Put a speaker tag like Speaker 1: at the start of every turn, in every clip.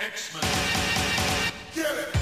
Speaker 1: X-Men. Get it.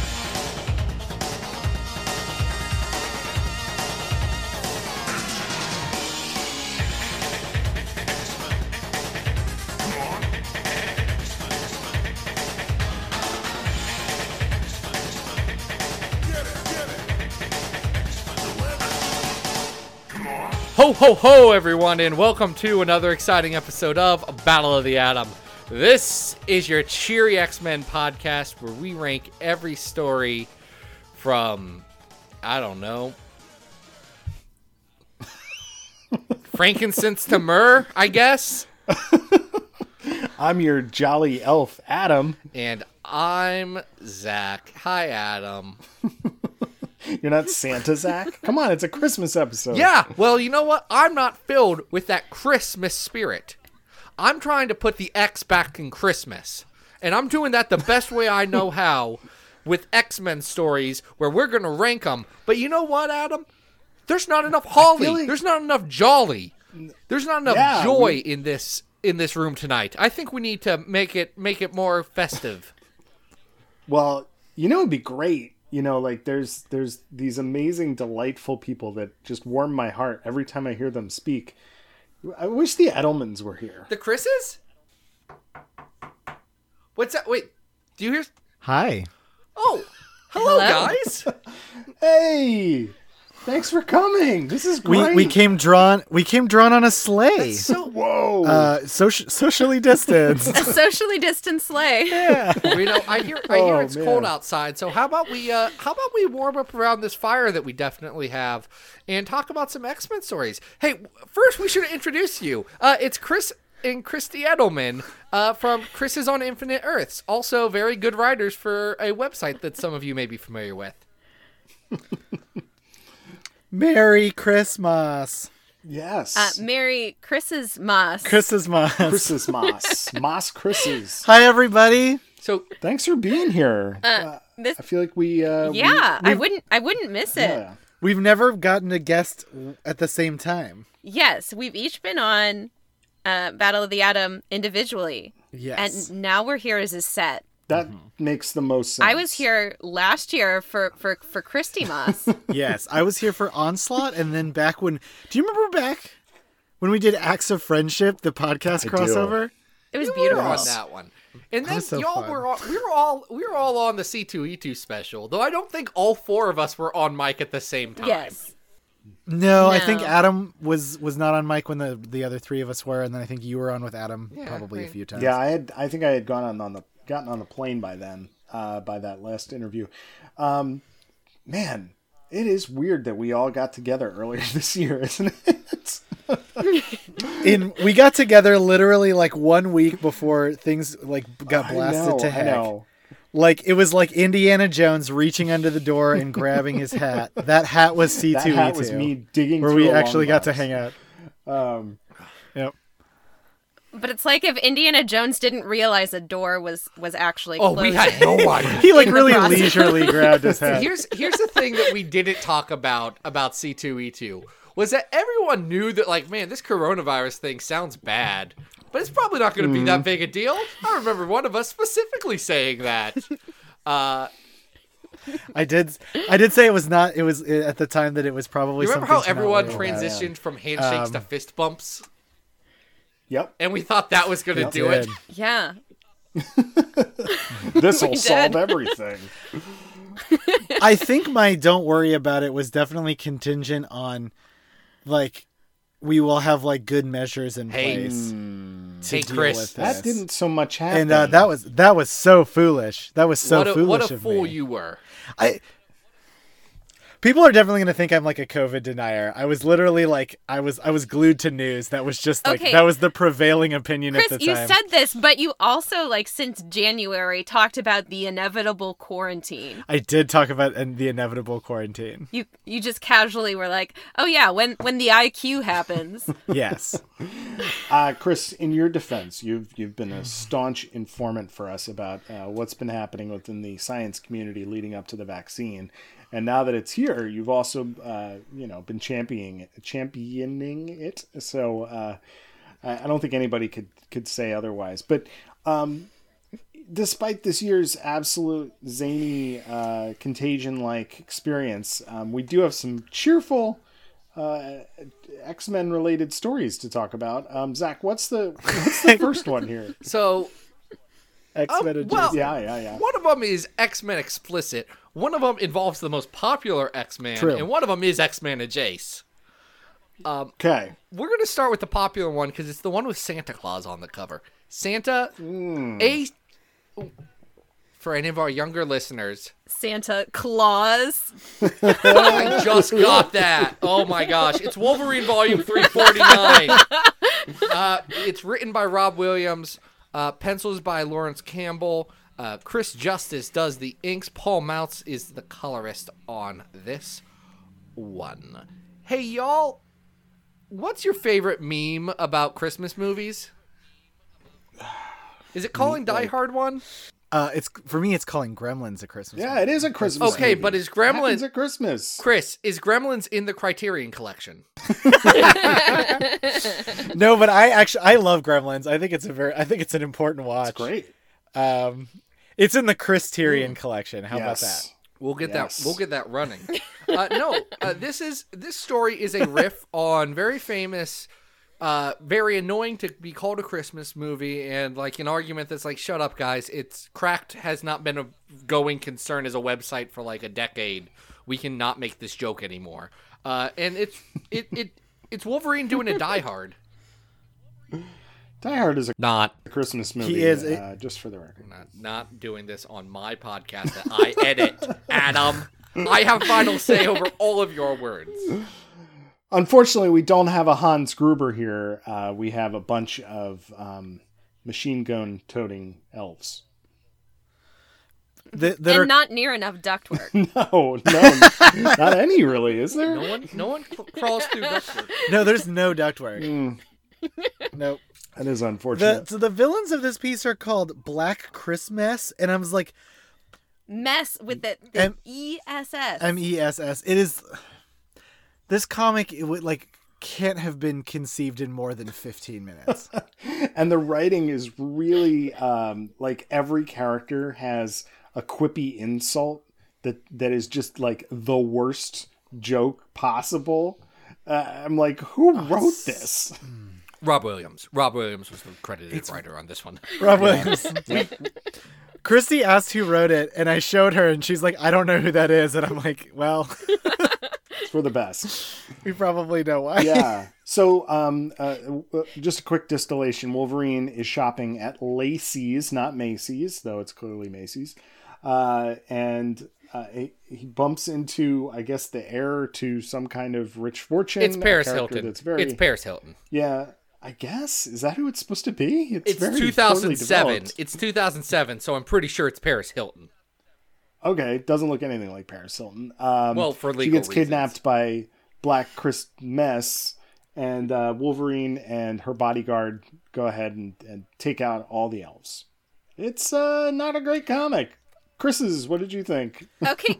Speaker 2: Ho ho ho everyone and welcome to another exciting episode of Battle of the Atom. This is your cheery X-Men podcast where we rank every story from I don't know frankincense to myrrh, I guess.
Speaker 3: I'm your jolly elf, Adam.
Speaker 2: And I'm Zach. Hi Adam.
Speaker 3: You're not Santa Zach. Come on, it's a Christmas episode.
Speaker 2: Yeah, well, you know what? I'm not filled with that Christmas spirit. I'm trying to put the X back in Christmas. And I'm doing that the best way I know how with X Men stories where we're going to rank them. But you know what, Adam? There's not enough holly.
Speaker 3: like-
Speaker 2: There's not enough jolly. There's not enough
Speaker 3: Yeah,
Speaker 2: joy in this in this room tonight. I think we need to make it make it more festive.
Speaker 3: Well, you know it'd be great. You know, like there's there's these amazing, delightful people that just warm my heart every time I hear them speak. I wish the Edelmans were here.
Speaker 2: The Chris's? What's that? Wait. Do you hear
Speaker 4: Hi.
Speaker 2: Oh, hello,
Speaker 5: Hello.
Speaker 2: guys.
Speaker 3: Hey, thanks for coming. This is
Speaker 4: We
Speaker 3: great.
Speaker 4: we came drawn we came drawn on a sleigh.
Speaker 2: So
Speaker 3: Whoa.
Speaker 4: uh soci- socially distanced.
Speaker 5: a socially distanced sleigh. Uh,
Speaker 2: you know, I hear I hear
Speaker 3: Oh,
Speaker 2: it's
Speaker 3: man.
Speaker 2: cold outside. So how about we uh how about we warm up around this fire that we definitely have and talk about some X Men stories. Hey, w- first we should introduce you. Uh, it's Chris and Christy Edelman uh, from Chris is on Infinite Earths. Also, very good writers for a website that some of you may be familiar with.
Speaker 4: Merry Christmas.
Speaker 3: yes.
Speaker 5: Uh, Merry Chris's Moss.
Speaker 4: Chris's mom.
Speaker 3: Chris's Moss. Moss Chris's.
Speaker 4: Hi everybody.
Speaker 2: So
Speaker 3: Thanks for being here. Uh,
Speaker 5: this-
Speaker 3: I feel like we. Uh, we-
Speaker 5: yeah, I wouldn't. I wouldn't miss it.
Speaker 3: yeah.
Speaker 4: We've never gotten a guest at the same time.
Speaker 5: Yes, we've each been on uh, Battle of the Atom individually,
Speaker 4: Yes.
Speaker 5: and now we're here as a set.
Speaker 3: That
Speaker 4: Mm-hmm.
Speaker 3: makes the most sense.
Speaker 5: I was here last year for for for Christy Moss.
Speaker 4: yes. I was here for Onslaught and then back when Do you remember back when we did Acts of Friendship, the podcast
Speaker 3: I do.
Speaker 4: crossover?
Speaker 5: It was
Speaker 2: we were
Speaker 5: beautiful.
Speaker 2: on that one. And then
Speaker 4: was so
Speaker 2: y'all
Speaker 4: fun.
Speaker 2: were all, we were all we were all on the C two E two special, though I don't think all four of us were on mic at the same time.
Speaker 5: Yes.
Speaker 4: No, I think
Speaker 5: No.
Speaker 4: Adam was was not on mic when the the other three of us were and then I think you were on with Adam probably a few times.
Speaker 3: Yeah, I had. I think I had gone on, on the gotten on the plane by then. Uh, by that last interview, um, man, it is weird that we all got together earlier this year, isn't it?
Speaker 4: in we got together literally like one week before things like got blasted to heck. Like it was like Indiana Jones reaching under the door and grabbing his hat. That hat was C
Speaker 3: That
Speaker 4: two E
Speaker 3: hat was
Speaker 4: two,
Speaker 3: me digging
Speaker 4: where
Speaker 3: through
Speaker 4: we
Speaker 3: a long
Speaker 4: actually got to
Speaker 3: box.
Speaker 4: hang out.
Speaker 3: Um,
Speaker 4: Yep.
Speaker 5: But it's like if Indiana Jones didn't realize a door was was actually
Speaker 2: Oh,
Speaker 5: closed.
Speaker 2: we had no idea.
Speaker 4: He like
Speaker 5: In the
Speaker 4: really
Speaker 5: process.
Speaker 4: leisurely grabbed his hat.
Speaker 2: here's here's the thing that we didn't talk about about C2E2 was that everyone knew that like man this coronavirus thing sounds bad but it's probably not going to be
Speaker 4: Mm.
Speaker 2: that big a deal. I remember one of us specifically saying that. Uh,
Speaker 4: I did. I did say it was not. It was uh, at the time that it was probably.
Speaker 2: you remember how
Speaker 4: something to not
Speaker 2: everyone
Speaker 4: worry about.
Speaker 2: transitioned from handshakes
Speaker 4: Um,
Speaker 2: to fist bumps,
Speaker 3: yep.
Speaker 2: and we thought that was going to
Speaker 3: Yep.
Speaker 2: do it.
Speaker 4: Did.
Speaker 5: Yeah.
Speaker 3: This will
Speaker 5: did.
Speaker 3: solve everything.
Speaker 4: I think my don't worry about it was definitely contingent on, like, we will have like good measures in
Speaker 2: Hey. Mm.
Speaker 4: place.
Speaker 2: Hey,
Speaker 4: deal
Speaker 2: Chris,
Speaker 4: with
Speaker 3: That
Speaker 4: Yes.
Speaker 3: didn't so much happen.
Speaker 4: and uh, that was that was so foolish. That was so
Speaker 2: what a,
Speaker 4: foolish
Speaker 2: what a
Speaker 4: of
Speaker 2: fool
Speaker 4: me.
Speaker 2: you were.
Speaker 4: I people are definitely going to think I'm like a COVID denier. I was literally like I was I was glued to news. That was just like
Speaker 5: Okay.
Speaker 4: that was the prevailing opinion
Speaker 5: Chris,
Speaker 4: at the
Speaker 5: you
Speaker 4: time.
Speaker 5: said this, but you also, like, since January, talked about the inevitable quarantine.
Speaker 4: I did talk about an, the inevitable quarantine.
Speaker 5: You you just casually were like, "Oh yeah, when when the IQ happens."
Speaker 4: Yes.
Speaker 5: Oh,
Speaker 3: Uh, Chris, in your defense, you've you've been a staunch informant for us about uh, what's been happening within the science community leading up to the vaccine, and now that it's here, you've also uh, you know been championing it, championing it. So uh, I, I don't think anybody could could say otherwise. But um, despite this year's absolute zany uh, contagion like experience, um, we do have some cheerful uh, X Men related stories to talk about. Um, Zach, what's the what's the first one here?
Speaker 2: So
Speaker 3: X Men.
Speaker 2: Um, well,
Speaker 3: yeah, yeah, yeah.
Speaker 2: One of them is X Men explicit. One of them involves the most popular X Man,
Speaker 4: True.
Speaker 2: and one of them is X Men Jace. Um,
Speaker 3: Okay.
Speaker 2: we're gonna start with the popular one because it's the one with Santa Claus on the cover. Santa, a for any of our younger listeners,
Speaker 5: Santa Claus.
Speaker 2: I just got that. Oh my gosh. It's Wolverine Volume 349. Uh, it's written by Rob Williams, uh, pencils by Lawrence Campbell. Uh, Chris Justice does the inks. Paul Mounts is the colorist on this one. Hey, y'all, what's your favorite meme about Christmas movies? Is it calling Die Hard one?
Speaker 4: Uh, it's for me. It's calling Gremlins a Christmas.
Speaker 3: Yeah,
Speaker 4: movie.
Speaker 3: it is a Christmas.
Speaker 2: Okay,
Speaker 3: movie.
Speaker 2: but is
Speaker 3: Happens
Speaker 2: Gremlins.
Speaker 3: at Christmas?
Speaker 2: Chris, is Gremlins in the Criterion collection?
Speaker 4: no, but I actually I love Gremlins. I think it's a very I think it's an important watch.
Speaker 3: It's great. Mm.
Speaker 4: Um, it's in the Chris Tyrion collection. How
Speaker 3: yes.
Speaker 2: We'll get
Speaker 3: Yes.
Speaker 2: that. We'll get that running. uh, no, uh, this is this story is a riff on very famous, uh, very annoying to be called a Christmas movie, and like an argument that's like, "Shut up, guys! It's cracked has not been a going concern as a website for like a decade. We cannot make this joke anymore." Uh, and it's it it it's Wolverine doing a Die Hard.
Speaker 3: Die Hard is a
Speaker 2: Not
Speaker 3: Christmas movie.
Speaker 4: is a-
Speaker 3: uh, just for the record.
Speaker 2: not, not doing this on my podcast that I edit, Adam. I have final say over all of your words.
Speaker 3: Unfortunately, we don't have a Hans Gruber here. Uh, we have a bunch of um, machine gun toting elves.
Speaker 4: that. Th- that
Speaker 5: and
Speaker 4: are
Speaker 5: not near enough ductwork.
Speaker 3: No, Oh, no, not any really. Is there?
Speaker 2: No one, no one cr- crawls through this. one.
Speaker 4: no. There's no ductwork.
Speaker 3: Mm,
Speaker 4: Nope.
Speaker 3: that is
Speaker 4: The
Speaker 3: unfortunate.
Speaker 4: so the villains of this piece are called Black Christmas, and I was like
Speaker 5: Mess with the, the
Speaker 4: M-
Speaker 5: ESS.
Speaker 4: M E S S. It is this comic. It would like can't have been conceived in more than 15 minutes.
Speaker 3: and the writing is really um, like every character has a quippy insult that that is just like the worst joke possible. Uh, I'm like,
Speaker 2: Oh,
Speaker 3: who wrote this?
Speaker 2: Rob Williams. Rob Williams was the credited writer on this one.
Speaker 4: Rob Williams. Christy asked who wrote it, and I showed her, and she's like, "I don't know who that is," and I'm like, "Well,
Speaker 3: It's for the best.
Speaker 4: we probably know why."
Speaker 3: yeah. So, um, uh, uh, just a quick distillation. Wolverine is shopping at Lacey's, not Macy's, though it's clearly Macy's. Uh, and uh, he, he bumps into, I guess, the heir to some kind of rich fortune.
Speaker 2: It's
Speaker 3: a
Speaker 2: Paris
Speaker 3: character
Speaker 2: Hilton.
Speaker 3: That's very,
Speaker 2: It's Paris Hilton.
Speaker 3: yeah. I guess is that who it's supposed to be?
Speaker 2: It's
Speaker 3: very poorly
Speaker 2: 2007.
Speaker 3: developed.
Speaker 2: It's 2007, so I'm pretty sure it's Paris Hilton.
Speaker 3: Okay, it doesn't look anything like Paris Hilton. Um,
Speaker 2: Well, for
Speaker 3: she
Speaker 2: legal
Speaker 3: gets
Speaker 2: reasons.
Speaker 3: kidnapped by Black Chris Mess, and uh, Wolverine and her bodyguard go ahead and, and take out all the elves. It's uh, not a great comic. Chris's, what did you think?
Speaker 5: Okay.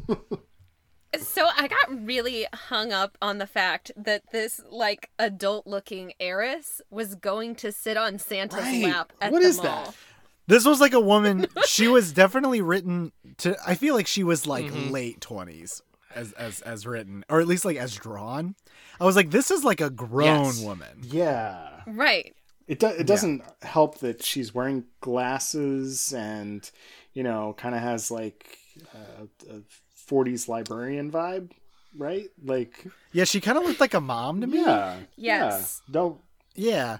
Speaker 5: so I got really hung up on the fact that this like adult looking heiress was going to sit on Santa's
Speaker 3: Right.
Speaker 5: lap at
Speaker 3: What
Speaker 5: the
Speaker 3: is
Speaker 5: mall.
Speaker 3: that?
Speaker 4: This was like a woman. She was definitely written to. I feel like she was like late twenties as as as written, or at least like as drawn. I was like, this is like a grown
Speaker 2: Yes.
Speaker 4: woman.
Speaker 3: Yeah,
Speaker 5: Right.
Speaker 3: it do- it doesn't help that she's wearing glasses and you know kind of has like uh, a '40s librarian vibe, right? Like,
Speaker 4: Yeah, she kind of looked like a mom to me.
Speaker 3: yeah,
Speaker 5: Yes.
Speaker 3: yeah. don't
Speaker 4: Yeah,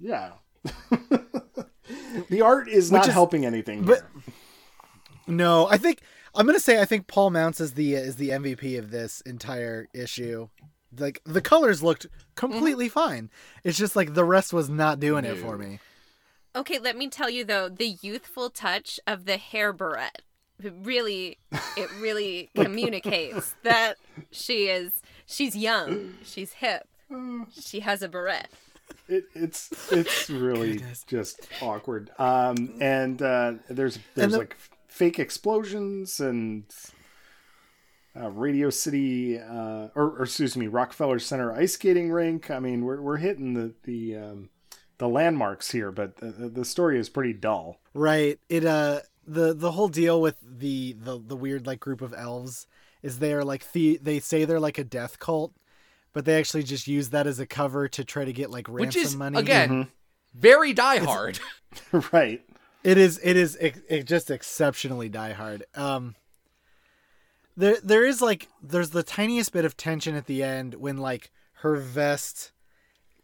Speaker 3: Yeah. the art is not
Speaker 4: is-
Speaker 3: helping anything.
Speaker 4: but-
Speaker 3: here.
Speaker 4: no, I think I'm gonna say I think Paul Mounts is the is the MVP of this entire issue. Like the colors looked completely
Speaker 2: Mm-hmm.
Speaker 4: fine. It's just like the rest was not doing it for me.
Speaker 5: Okay, let me tell you though, the youthful touch of the hair barrette it really it really communicates that she is she's young, she's hip,
Speaker 3: Mm.
Speaker 5: she has a barrette.
Speaker 3: it, it's it's really just awkward. Um, and uh, there's there's
Speaker 4: the-
Speaker 3: like fake explosions and uh, Radio City, uh, or, or excuse me, Rockefeller Center ice skating rink. I mean, we're we're hitting the the um, the landmarks here, but the, the story is pretty dull.
Speaker 4: Right. It uh the the whole deal with the the the weird like group of elves is they are like the they say they're like a death cult, but they actually just use that as a cover to try to get like ransom
Speaker 2: Which is
Speaker 4: money.
Speaker 2: again very Die Hard.
Speaker 3: right.
Speaker 4: It is it is it, it just exceptionally Die Hard. Um there there is like there's the tiniest bit of tension at the end when like her vest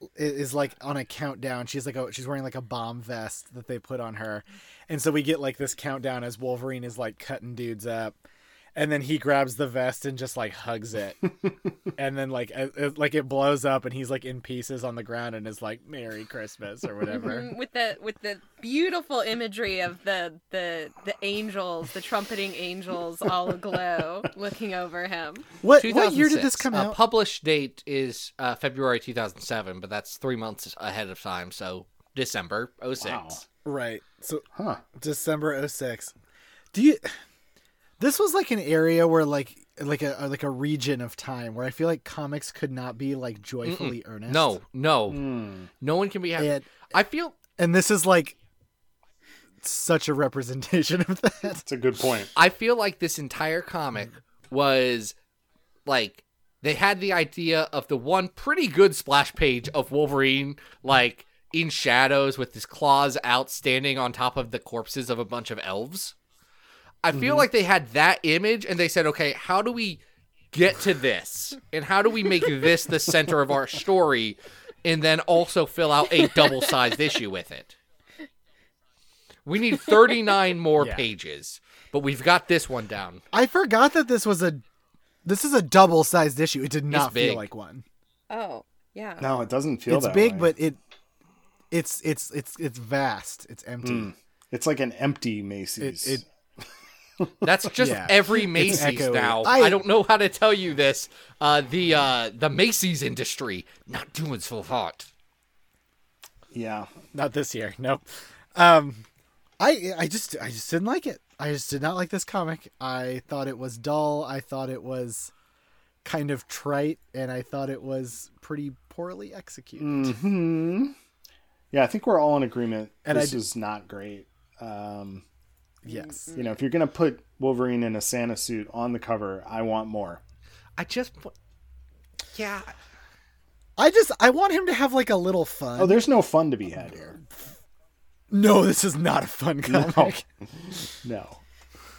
Speaker 4: i- is like on a countdown. She's like a, she's wearing like a bomb vest that they put on her. And so we get like this countdown as Wolverine is like cutting dudes up. And then he grabs the vest and just like hugs it. and then like uh, uh, like it blows up and he's like in pieces on the ground and is like merry christmas or whatever.
Speaker 5: Mm, with the with the beautiful imagery of the the the angels, the trumpeting angels, all aglow, looking over him.
Speaker 4: what what year did this
Speaker 2: 2006.
Speaker 4: come
Speaker 2: Uh,
Speaker 4: out?
Speaker 2: published date is uh, February 2007, but that's three months ahead of time, so December 06.
Speaker 3: Wow.
Speaker 4: right. So
Speaker 3: Huh.
Speaker 4: December 06. Do you This was like an area where like like a like a region of time where I feel like comics could not be like joyfully earnest.
Speaker 2: No, no,
Speaker 3: Hmm.
Speaker 2: no one can be happy.
Speaker 4: And,
Speaker 2: I feel
Speaker 4: and this is like such a representation of that.
Speaker 3: It's a good point.
Speaker 2: I feel like this entire comic was like they had the idea of the one pretty good splash page of Wolverine like in shadows with his claws out standing on top of the corpses of a bunch of elves. I feel like they had that image and they said, "Okay, how do we get to this? And how do we make this the center of our story and then also fill out a double-sized issue with it?" We need 39 more pages, but we've got this one down.
Speaker 4: I forgot that this was a this is a double-sized issue. It did not feel
Speaker 2: big.
Speaker 4: like one.
Speaker 5: Oh, yeah.
Speaker 3: No, it doesn't feel
Speaker 4: it's
Speaker 3: that
Speaker 4: big
Speaker 3: way.
Speaker 4: but it it's it's it's it's vast. It's empty.
Speaker 3: it's like an empty
Speaker 4: It,
Speaker 3: Macy's.
Speaker 4: it
Speaker 2: That's just
Speaker 4: Yeah.
Speaker 2: every Macy's
Speaker 4: echoey.
Speaker 2: now. I,
Speaker 4: I-
Speaker 2: don't know how to tell you this. Uh, the uh, the Macy's industry not doing so hot.
Speaker 3: yeah.
Speaker 4: not this year. No. Um, I I just I just didn't like it. I just did not like this comic. I thought it was dull. I thought it was kind of trite, and I thought it was pretty poorly executed.
Speaker 3: Mm. Yeah, I think we're all in agreement.
Speaker 4: And I
Speaker 3: this
Speaker 4: d-
Speaker 3: is not great. Um,
Speaker 4: Yes.
Speaker 3: you know, if you're gonna put Wolverine in a Santa suit on the cover, I want more.
Speaker 2: I just, wa- yeah,
Speaker 4: I just I want him to have like a little fun.
Speaker 3: Oh, there's no fun to be had here.
Speaker 4: no, this is not a fun comic.
Speaker 3: No. No.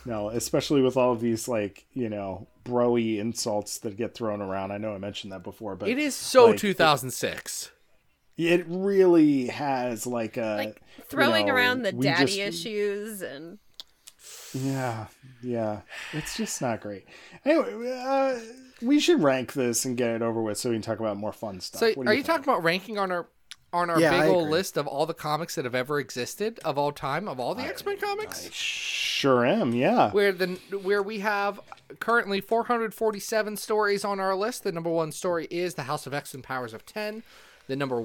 Speaker 3: No, especially with all of these like, you know, broy insults that get thrown around. I know I mentioned that before, but
Speaker 2: it is so
Speaker 3: like,
Speaker 2: 2006.
Speaker 3: It really has like a
Speaker 5: Like
Speaker 3: you
Speaker 5: throwing
Speaker 3: know,
Speaker 5: around the
Speaker 3: we
Speaker 5: daddy
Speaker 3: just-
Speaker 5: issues and
Speaker 3: Yeah, yeah, it's just not great. Anyway, uh, we should rank this and get it over with so we can talk about more fun stuff.
Speaker 2: So,
Speaker 3: What do
Speaker 2: are you
Speaker 3: think?
Speaker 2: talking about ranking on our on our
Speaker 4: Yeah, I
Speaker 2: big old
Speaker 4: agree.
Speaker 2: list of all the comics that have ever existed of all time of all the X Men comics?
Speaker 3: Sure am. Yeah,
Speaker 2: where the where we have currently 447 stories on our list. The number one story is The House of X and Powers of Ten. The number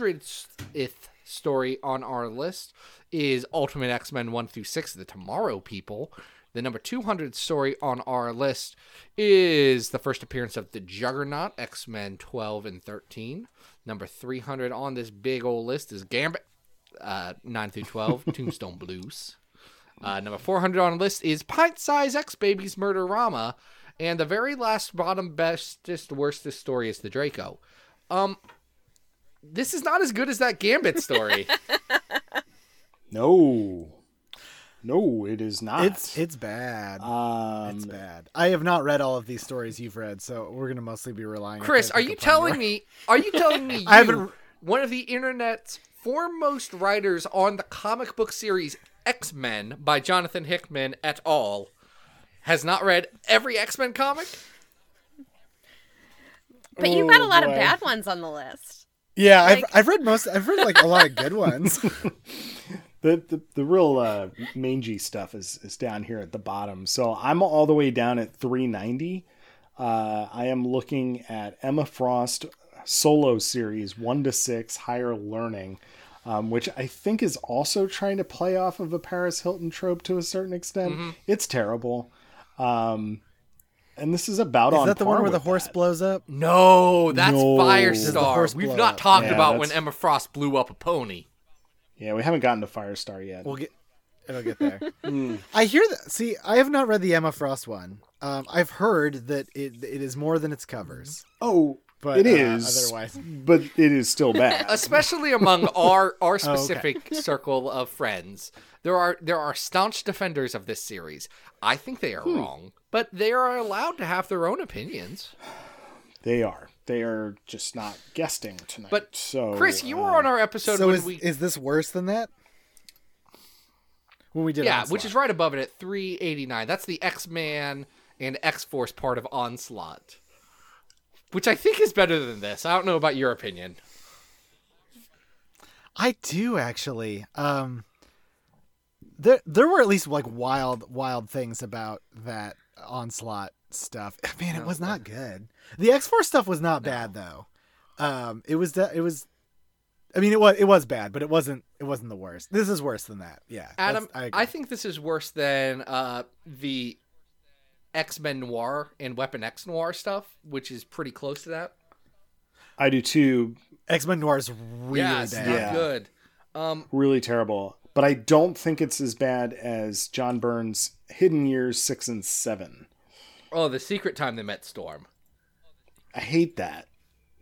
Speaker 2: 100th story on our list is Ultimate X Men one through six, The Tomorrow People. The number 200th story on our list is the first appearance of the Juggernaut, X Men 12 and 13. Number 300 on this big old list is Gambit, uh, 9 through 12, Tombstone Blues. Uh, number 400 on the list is Pint Size X Babies Murderama. And the very last bottom bestest, worstest story is the Draco. Um, this is not as good as that Gambit story.
Speaker 3: no, no, it is not.
Speaker 4: It's it's bad.
Speaker 3: um,
Speaker 4: it's bad. I have not read all of these stories you've read, so we're gonna mostly be relying.
Speaker 2: Chris, are you telling me? Are you telling me? You,
Speaker 4: I haven't-
Speaker 2: One of the internet's foremost writers on the comic book series X Men by Jonathan Hickman et al. has not read every X Men comic.
Speaker 5: But you got a
Speaker 3: Oh,
Speaker 5: lot
Speaker 3: boy.
Speaker 5: of bad ones on the list.
Speaker 4: Yeah,
Speaker 5: Like-
Speaker 4: I've I've read most. I've read like a lot of good ones.
Speaker 3: the, the the real uh, mangy stuff is is down here at the bottom. So I'm all the way down at 390. Uh, I am looking at Emma Frost solo series one to six higher learning. Um, which I think is also trying to play off
Speaker 4: Mm-hmm.
Speaker 3: of a Paris Hilton trope to a certain extent. It's terrible. Um, and this is about
Speaker 4: Is
Speaker 3: on
Speaker 4: that the
Speaker 3: par
Speaker 4: one where
Speaker 3: with
Speaker 4: the horse
Speaker 3: that.
Speaker 4: blows up?
Speaker 2: No, that's
Speaker 3: No.
Speaker 4: This is the horse
Speaker 2: Firestar. We've
Speaker 4: blow up.
Speaker 2: not talked
Speaker 3: Yeah,
Speaker 2: about
Speaker 3: that's-
Speaker 2: when Emma Frost blew up a pony.
Speaker 3: Yeah, we haven't gotten to Firestar yet.
Speaker 4: We'll get. It'll get there.
Speaker 2: Hmm.
Speaker 4: I hear that. See, I have not read the Emma Frost one. Um, I've heard that it it is more than its covers.
Speaker 3: oh,
Speaker 4: But
Speaker 3: it
Speaker 4: uh,
Speaker 3: is.
Speaker 4: otherwise.
Speaker 3: but it is still bad.
Speaker 2: especially among our
Speaker 4: Oh,
Speaker 2: our specific circle of friends there are there are staunch defenders of this series i think they are
Speaker 4: Hmm.
Speaker 2: wrong but they are allowed to have their own opinions
Speaker 3: they are. They are just not guesting tonight.
Speaker 2: But,
Speaker 3: so uh,
Speaker 2: chris you were on our episode
Speaker 4: Oh, So
Speaker 2: when
Speaker 4: is
Speaker 2: we
Speaker 4: is this worse than that? When we did
Speaker 2: yeah
Speaker 4: Onslaught.
Speaker 2: which is right above it at 389 that's the x-man and x-force part of onslaught which i think is better than this i don't know about your opinion
Speaker 4: I do actually. Um, there there were at least like wild wild things about that onslaught stuff. Man,
Speaker 2: Oh,
Speaker 4: it was not good. The X Force stuff was not bad though. Um, it was de- it was. I mean, it was it was bad, but it wasn't it wasn't the worst. This is worse than that. Yeah, that's-
Speaker 2: Adam, I,
Speaker 4: agree.
Speaker 2: think this is worse than uh, the X Men Noir and Weapon X Noir stuff, which is pretty close to that.
Speaker 3: I do too.
Speaker 4: X Men Noir is really
Speaker 2: yeah, it's
Speaker 4: bad.
Speaker 2: not
Speaker 3: Yeah.
Speaker 2: good. Um,
Speaker 3: Really terrible. But I don't think it's as bad as John Burns' Hidden Years six and seven.
Speaker 2: oh, the secret time they met Storm.
Speaker 3: I hate that.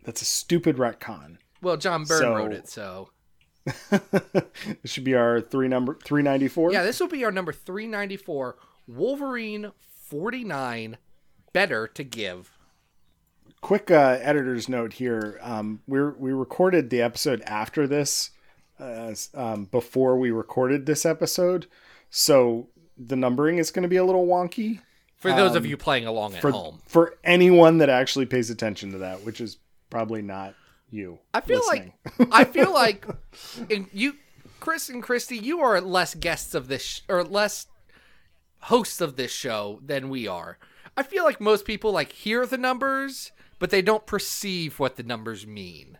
Speaker 3: That's a stupid retcon.
Speaker 2: Well, John Byrne
Speaker 3: So-
Speaker 2: wrote it, so
Speaker 3: it should be our three number three ninety four.
Speaker 2: yeah, this will be our number three ninety four. Wolverine forty nine, better to give.
Speaker 3: quick uh, editor's note here. Um, we we recorded the episode after this, uh, s- um, before we recorded this episode, so the numbering is going to be a little wonky
Speaker 2: For those
Speaker 4: Um,
Speaker 2: of you playing along at
Speaker 3: for
Speaker 2: home,
Speaker 3: for anyone that actually pays attention to that, which is probably not you.
Speaker 2: I feel
Speaker 3: listening.
Speaker 2: like I feel like and you, Chris and Christy, you are less guests of this sh- or less hosts of this show than we are. I feel like most people like hear the numbers, but they don't perceive what the numbers mean.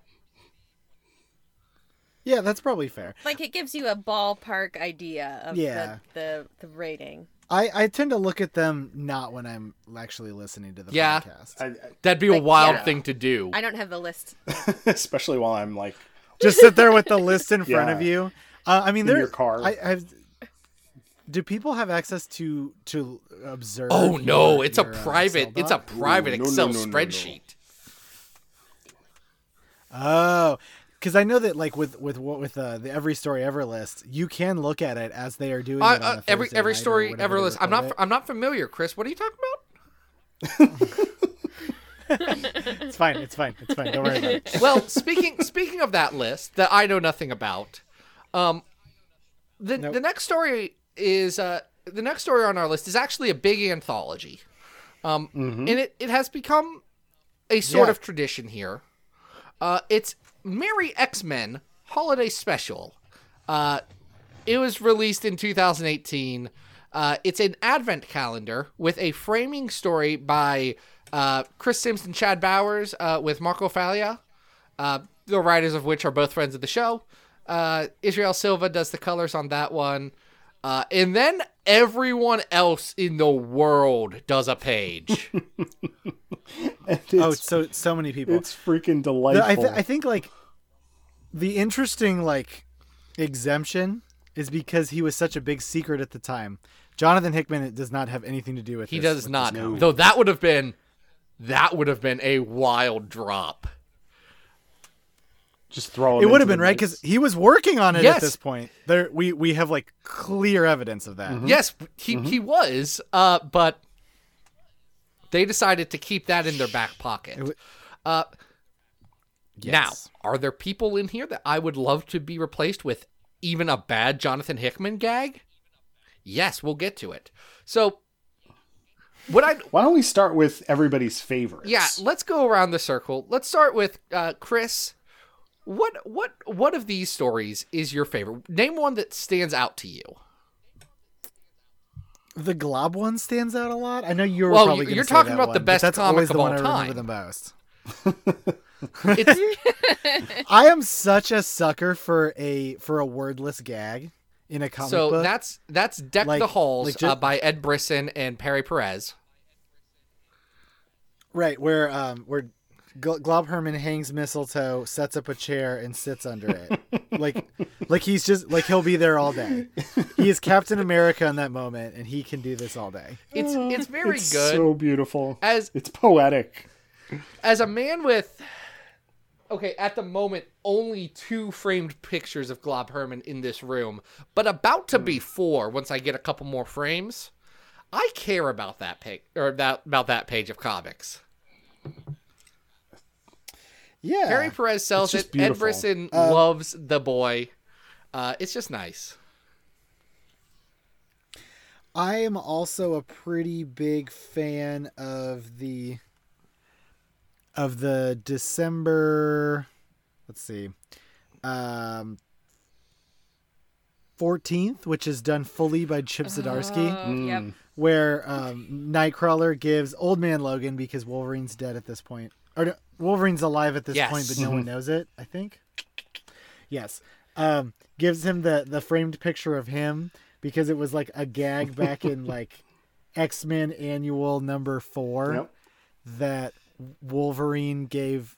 Speaker 4: Yeah, that's probably fair.
Speaker 5: Like it gives you a ballpark idea of
Speaker 4: Yeah.
Speaker 5: the, the the rating.
Speaker 4: I, I tend to look at them not when I'm actually listening to the
Speaker 2: Yeah.
Speaker 4: podcast.
Speaker 3: I-
Speaker 2: That'd be a wild
Speaker 5: yeah.
Speaker 2: thing to do.
Speaker 5: I don't have the list.
Speaker 3: I- especially while I'm like
Speaker 4: just sit there with the list in front of
Speaker 3: Yeah.
Speaker 4: you. Uh, I mean,
Speaker 3: In
Speaker 4: there.
Speaker 3: your car.
Speaker 4: I, I've, do people have access to to observe?
Speaker 2: oh no,
Speaker 4: your-
Speaker 2: it's a
Speaker 4: your, uh,
Speaker 2: private
Speaker 4: cell
Speaker 2: it's a
Speaker 4: doc?
Speaker 2: private
Speaker 3: Ooh, no,
Speaker 2: Excel
Speaker 3: no, no, no, no.
Speaker 2: spreadsheet.
Speaker 4: Oh, because I know that like with with what with uh, the every story ever list, you can look at it as they are doing.
Speaker 2: I-
Speaker 4: it on
Speaker 2: uh,
Speaker 4: a
Speaker 2: every
Speaker 4: Thursday
Speaker 2: every
Speaker 4: night or
Speaker 2: story
Speaker 4: whenever
Speaker 2: ever
Speaker 4: they
Speaker 2: list. I'm
Speaker 4: record
Speaker 2: not
Speaker 4: it.
Speaker 2: I'm not familiar, Chris. What are you talking about?
Speaker 4: It's fine. It's fine. It's fine. Don't worry about it.
Speaker 2: well, speaking speaking of that list that I know nothing about, um, the the next story is uh, the next story on our list is actually a big anthology, um, and it it has become a sort
Speaker 4: Yeah.
Speaker 2: of tradition here. Uh, it's Merry X Men Holiday Special. Uh, it was released in 2018. Uh, it's an advent calendar with a framing story by uh, Chris Simpson, Chad Bowers, uh, with Marco Falia, uh, the writers of which are both friends of the show. Uh, Israel Silva does the colors on that one. Uh, and then everyone else in the world does a page.
Speaker 3: it's,
Speaker 4: Oh, so so many people.
Speaker 3: it's freaking
Speaker 4: The-
Speaker 3: delightful.
Speaker 4: I, th- I think like the interesting like exemption is because he was such a big secret at the time. Jonathan Hickman does not have anything to do with.
Speaker 2: he
Speaker 4: this-
Speaker 2: does
Speaker 4: with
Speaker 2: not.
Speaker 4: This
Speaker 2: Though that would have been that would have been a wild drop.
Speaker 3: Just throw
Speaker 4: it
Speaker 3: him
Speaker 4: would have
Speaker 3: into
Speaker 4: been
Speaker 3: the
Speaker 4: right
Speaker 3: mix.
Speaker 4: because he was working on it
Speaker 2: Yes.
Speaker 4: at this point. There, we we have like clear evidence of that.
Speaker 3: Mm-hmm.
Speaker 2: Yes, he, he was, uh, but they decided to keep that in their back pocket. Uh,
Speaker 4: Yes.
Speaker 2: Now, are there people in here that I would love to be replaced with even a bad Jonathan Hickman gag? Yes, we'll get to it. So, what I
Speaker 3: Why don't we start with everybody's favorites?
Speaker 2: yeah, let's go around the circle. Let's start with uh, Chris. What what what of these stories is your favorite? Name one that stands out to you.
Speaker 4: The glob one stands out a lot. I know you were
Speaker 2: Well, you-
Speaker 4: probably gonna
Speaker 2: you're
Speaker 4: say
Speaker 2: talking
Speaker 4: that
Speaker 2: about the
Speaker 4: one, but
Speaker 2: best
Speaker 4: that's
Speaker 2: comic
Speaker 4: always the
Speaker 2: of
Speaker 4: one
Speaker 2: all
Speaker 4: I remember
Speaker 2: time.
Speaker 4: the most.
Speaker 2: It's
Speaker 4: I am such a sucker for a for a wordless gag in a comic
Speaker 2: so
Speaker 4: book.
Speaker 2: that's that's deck the
Speaker 4: Like-
Speaker 2: halls
Speaker 4: like
Speaker 2: uh,
Speaker 4: just-
Speaker 2: by Ed Brisson and Perry Perez.
Speaker 4: Right, where um where Gl- Glob Herman hangs mistletoe, sets up a chair, and sits under it. like, like he's just like he'll be there all day. He is Captain America in that moment, and he can do this all day.
Speaker 2: It's it's very
Speaker 3: It's
Speaker 2: good.
Speaker 3: so beautiful.
Speaker 2: As-
Speaker 3: it's poetic.
Speaker 2: as a man with okay at the moment only two framed pictures of glob herman in this room but about to
Speaker 4: Mm.
Speaker 2: be four once i get a couple more frames i care about that page or that about that page of comics
Speaker 4: Yeah,
Speaker 2: harry perez sells
Speaker 3: just
Speaker 2: it ed
Speaker 3: beautiful.
Speaker 2: brisson
Speaker 4: Um,
Speaker 2: loves the boy uh, it's just nice
Speaker 4: I am also a pretty big fan of the of the December let's see um 14th which is done fully by Chip Zdarsky
Speaker 5: Oh, yep.
Speaker 4: where um, Nightcrawler gives Old Man Logan because Wolverine's dead at this point, or no, Wolverine's alive at this
Speaker 2: Yes.
Speaker 4: point, but no one knows it. I think. Yes, um, gives him the the framed picture of him because it was like a gag back in like X Men Annual number four
Speaker 3: Yep.
Speaker 4: that Wolverine gave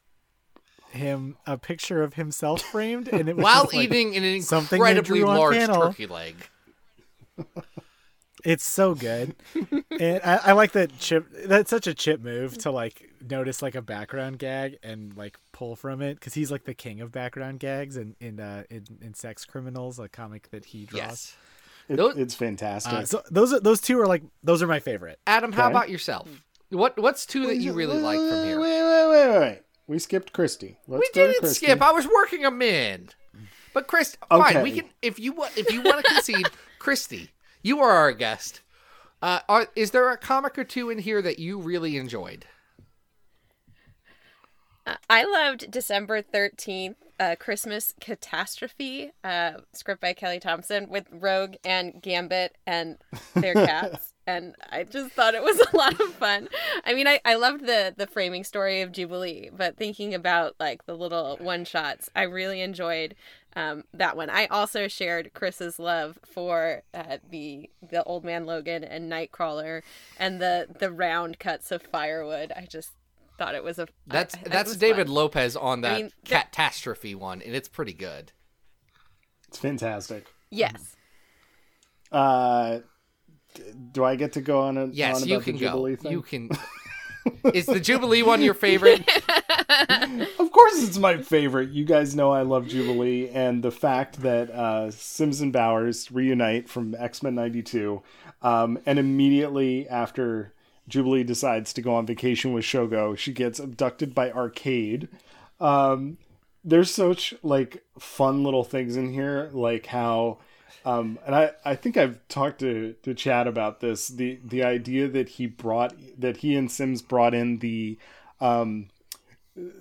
Speaker 4: him a picture of himself framed, and it was
Speaker 2: while
Speaker 4: just, like,
Speaker 2: eating an
Speaker 4: something they
Speaker 2: incredibly
Speaker 4: drew on
Speaker 2: large
Speaker 4: panel.
Speaker 2: turkey leg
Speaker 4: It's so good, and I, I like that chip. That's such a chip move to like notice like a background gag and like pull from it because he's like the king of background gags and in uh, in, in Sex Criminals, a comic that he draws.
Speaker 2: yes
Speaker 3: It-
Speaker 2: Those-
Speaker 3: it's fantastic.
Speaker 4: Uh, so those are, those two are like those are my favorite.
Speaker 2: adam how
Speaker 3: Okay.
Speaker 2: about yourself what what's two that you really like from
Speaker 3: Wait,
Speaker 2: here
Speaker 3: wait, wait, wait, wait. We skipped Christie. Let's
Speaker 2: we
Speaker 3: go to
Speaker 2: didn't
Speaker 3: Christie.
Speaker 2: skip. I was working them in. But Chris, fine. We
Speaker 3: Okay.
Speaker 2: can if you want if you want to concede, Christy, you are our guest. Uh, are, is there a comic or two in here that you really enjoyed?
Speaker 5: Uh, I loved December 13th, uh, Christmas Catastrophe, uh, script by Kelly Thompson with Rogue and Gambit and their cats. and I just thought it was a lot of fun. I mean, I, I loved the, the framing story of Jubilee, but thinking about like the little one shots, I really enjoyed um, that one. I also shared Chris's love for uh, the the Old Man Logan and Nightcrawler and the, the round cuts of firewood. I just thought it was a
Speaker 2: That's
Speaker 5: I- I- it
Speaker 2: that's
Speaker 5: was
Speaker 2: David
Speaker 5: fun.
Speaker 2: Lopez on that
Speaker 5: I mean, the-
Speaker 2: catastrophe one, and it's pretty good.
Speaker 3: It's fantastic.
Speaker 5: Yes.
Speaker 3: Uh, d- do I get to go on, a, on
Speaker 2: Yes,
Speaker 3: about
Speaker 2: you
Speaker 3: the
Speaker 2: can go.
Speaker 3: Jubilee thing?
Speaker 2: You can. is the Jubilee one your favorite?
Speaker 3: Of course, it's my favorite. You guys know I love Jubilee, and the fact that uh, Sims and Bowers reunite from X Men '92, um, and immediately after Jubilee decides to go on vacation with Shogo, she gets abducted by Arcade. Um, there's such like fun little things in here, like how. Um, and I, I think I've talked to, to Chad about this. The the idea that he brought that he and Sims brought in the um,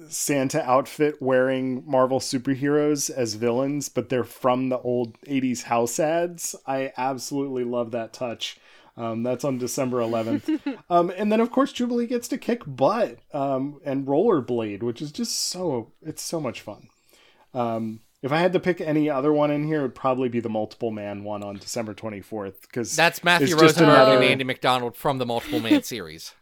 Speaker 3: Santa outfit wearing Marvel superheroes as villains, but they're from the old 80s house ads. I absolutely love that touch. Um, that's on December 11th. um, and then, of course, Jubilee gets to kick butt um, and rollerblade, which is just so, it's so much fun. Um, if I had to pick any other one in here, it would probably be the multiple man one on December 24th. Because
Speaker 2: That's Matthew
Speaker 3: it's just
Speaker 2: Rosenberg and
Speaker 3: another-
Speaker 2: Andy McDonald from the Multiple Man series.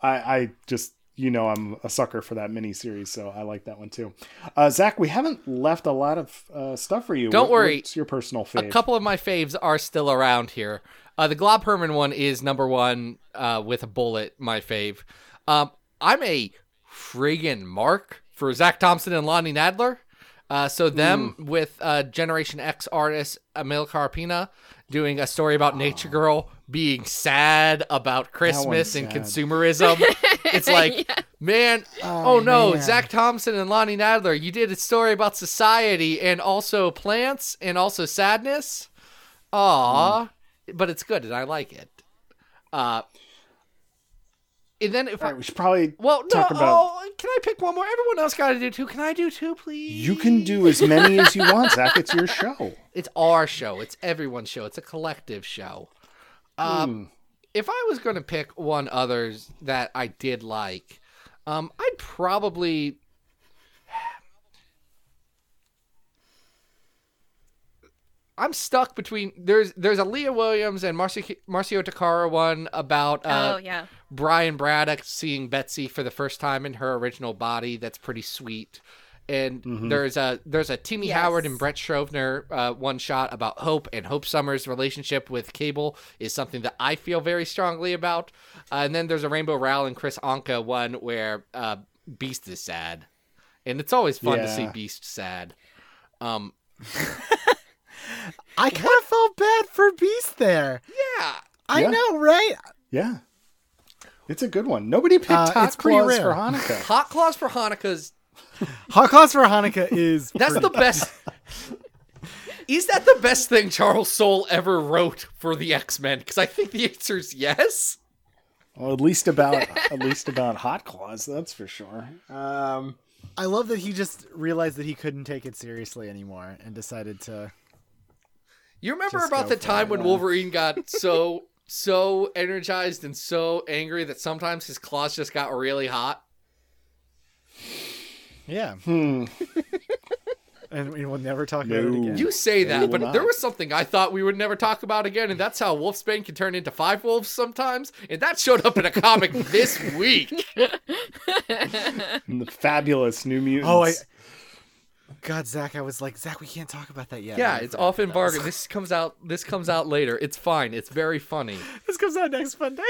Speaker 3: I, I just you know I'm a sucker for that miniseries, so I like that one too. Uh, Zach, we haven't left a lot of uh, stuff for you.
Speaker 2: Don't worry.
Speaker 3: What's your personal fave?
Speaker 2: a couple of my faves are still around here. Uh, the Glob Herman one is number one uh, with a bullet, my fave. Um, I'm a friggin' mark for Zach Thompson and Lonnie Nadler. Uh, so them with uh, Generation X artist Emil Carpina doing a story about Nature Girl being sad about Christmas and
Speaker 3: sad.
Speaker 2: consumerism. it's like, man, oh, no,
Speaker 4: man.
Speaker 2: Zach Thompson and Lonnie Nadler, you did a story about society and also plants and also sadness.
Speaker 3: Mm.
Speaker 2: Aw, but it's good and I like it. Uh, and then if
Speaker 3: All
Speaker 2: I,
Speaker 3: right, we should probably
Speaker 2: well, no,
Speaker 3: talk about.
Speaker 2: oh, can I pick one more? Everyone else got to do two. Can I do two, please?
Speaker 3: You can do as many as you want, Zach. It's your show.
Speaker 2: It's our show. It's everyone's show. It's a collective show.
Speaker 3: Hmm.
Speaker 2: Um, If I was going to pick one others that I did like, um, I'd probably. I'm stuck between there's there's a Leah Williams and Marci Marcio Takara one about uh,
Speaker 5: oh yeah.
Speaker 2: Brian Braddock seeing Betsy for the first time in her original body. That's pretty sweet. And there's a there's a Timmy
Speaker 5: Yes.
Speaker 2: Howard and Brett Schrovner uh, one shot about Hope and Hope Summers' relationship with Cable is something that I feel very strongly about. Uh, and then there's a Rainbow Rowell and Chris Anka one where uh, Beast is sad, and it's always fun to see
Speaker 3: Yeah.
Speaker 2: Beast sad. Um,
Speaker 4: I kind of felt bad for Beast there.
Speaker 2: yeah,
Speaker 4: I
Speaker 3: Yeah.
Speaker 4: know, right?
Speaker 3: Yeah. It's a good one. Nobody picked
Speaker 4: Uh,
Speaker 3: hot
Speaker 4: it's pretty
Speaker 3: claws
Speaker 4: rare.
Speaker 3: for Hanukkah.
Speaker 2: hot claws for Hanukkah's
Speaker 4: Hot Claws for Hanukkah is
Speaker 2: That's the best. Is that the best thing Charles Soule ever wrote for the X Men? Because I think the answer is yes.
Speaker 3: Well, at least about at least about hot claws, that's for sure. Um,
Speaker 4: I love that he just realized that he couldn't take it seriously anymore and decided to.
Speaker 2: You remember
Speaker 4: Just
Speaker 2: about
Speaker 4: go
Speaker 2: the
Speaker 4: for
Speaker 2: time
Speaker 4: it,
Speaker 2: when
Speaker 4: yeah.
Speaker 2: Wolverine got so so energized and so angry that sometimes his claws just got really hot.
Speaker 4: Yeah.
Speaker 3: hmm.
Speaker 4: And we will never talk about it
Speaker 3: No.
Speaker 4: again.
Speaker 2: You say
Speaker 3: we
Speaker 2: that,
Speaker 3: will
Speaker 2: but
Speaker 3: not.
Speaker 2: there was something I thought we would never talk about again, and that's how Wolfsbane can turn into five wolves sometimes, and that showed up in a comic this week.
Speaker 3: And the fabulous New Mutants.
Speaker 4: Oh, I. God, Zach, Oh, I was like, Zach, we can't talk about that yet.
Speaker 2: Yeah,
Speaker 4: I
Speaker 2: it's
Speaker 4: forgot
Speaker 2: off in
Speaker 4: about that.
Speaker 2: bargain. This comes out. This comes out later. It's fine. It's very funny.
Speaker 4: This comes out next Monday.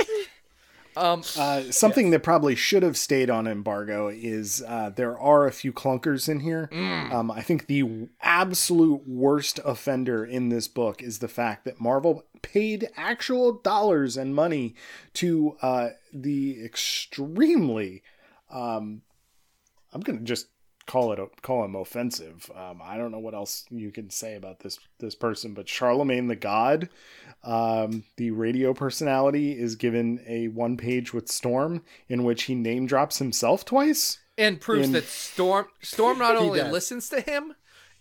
Speaker 2: Um,
Speaker 3: Uh, something that probably should have stayed on embargo is uh, there are a few clunkers in here. Um, I think the absolute worst offender in this book is the fact that Marvel paid actual dollars and money to uh, the extremely. Um, I'm gonna just call it call him offensive. Um, I don't know what else you can say about this this person, but Charlemagne the God um, the radio personality is given a one page with Storm in which he name drops himself twice.
Speaker 2: and proves
Speaker 3: in-
Speaker 2: that Storm Storm not only
Speaker 4: does.
Speaker 2: listens to him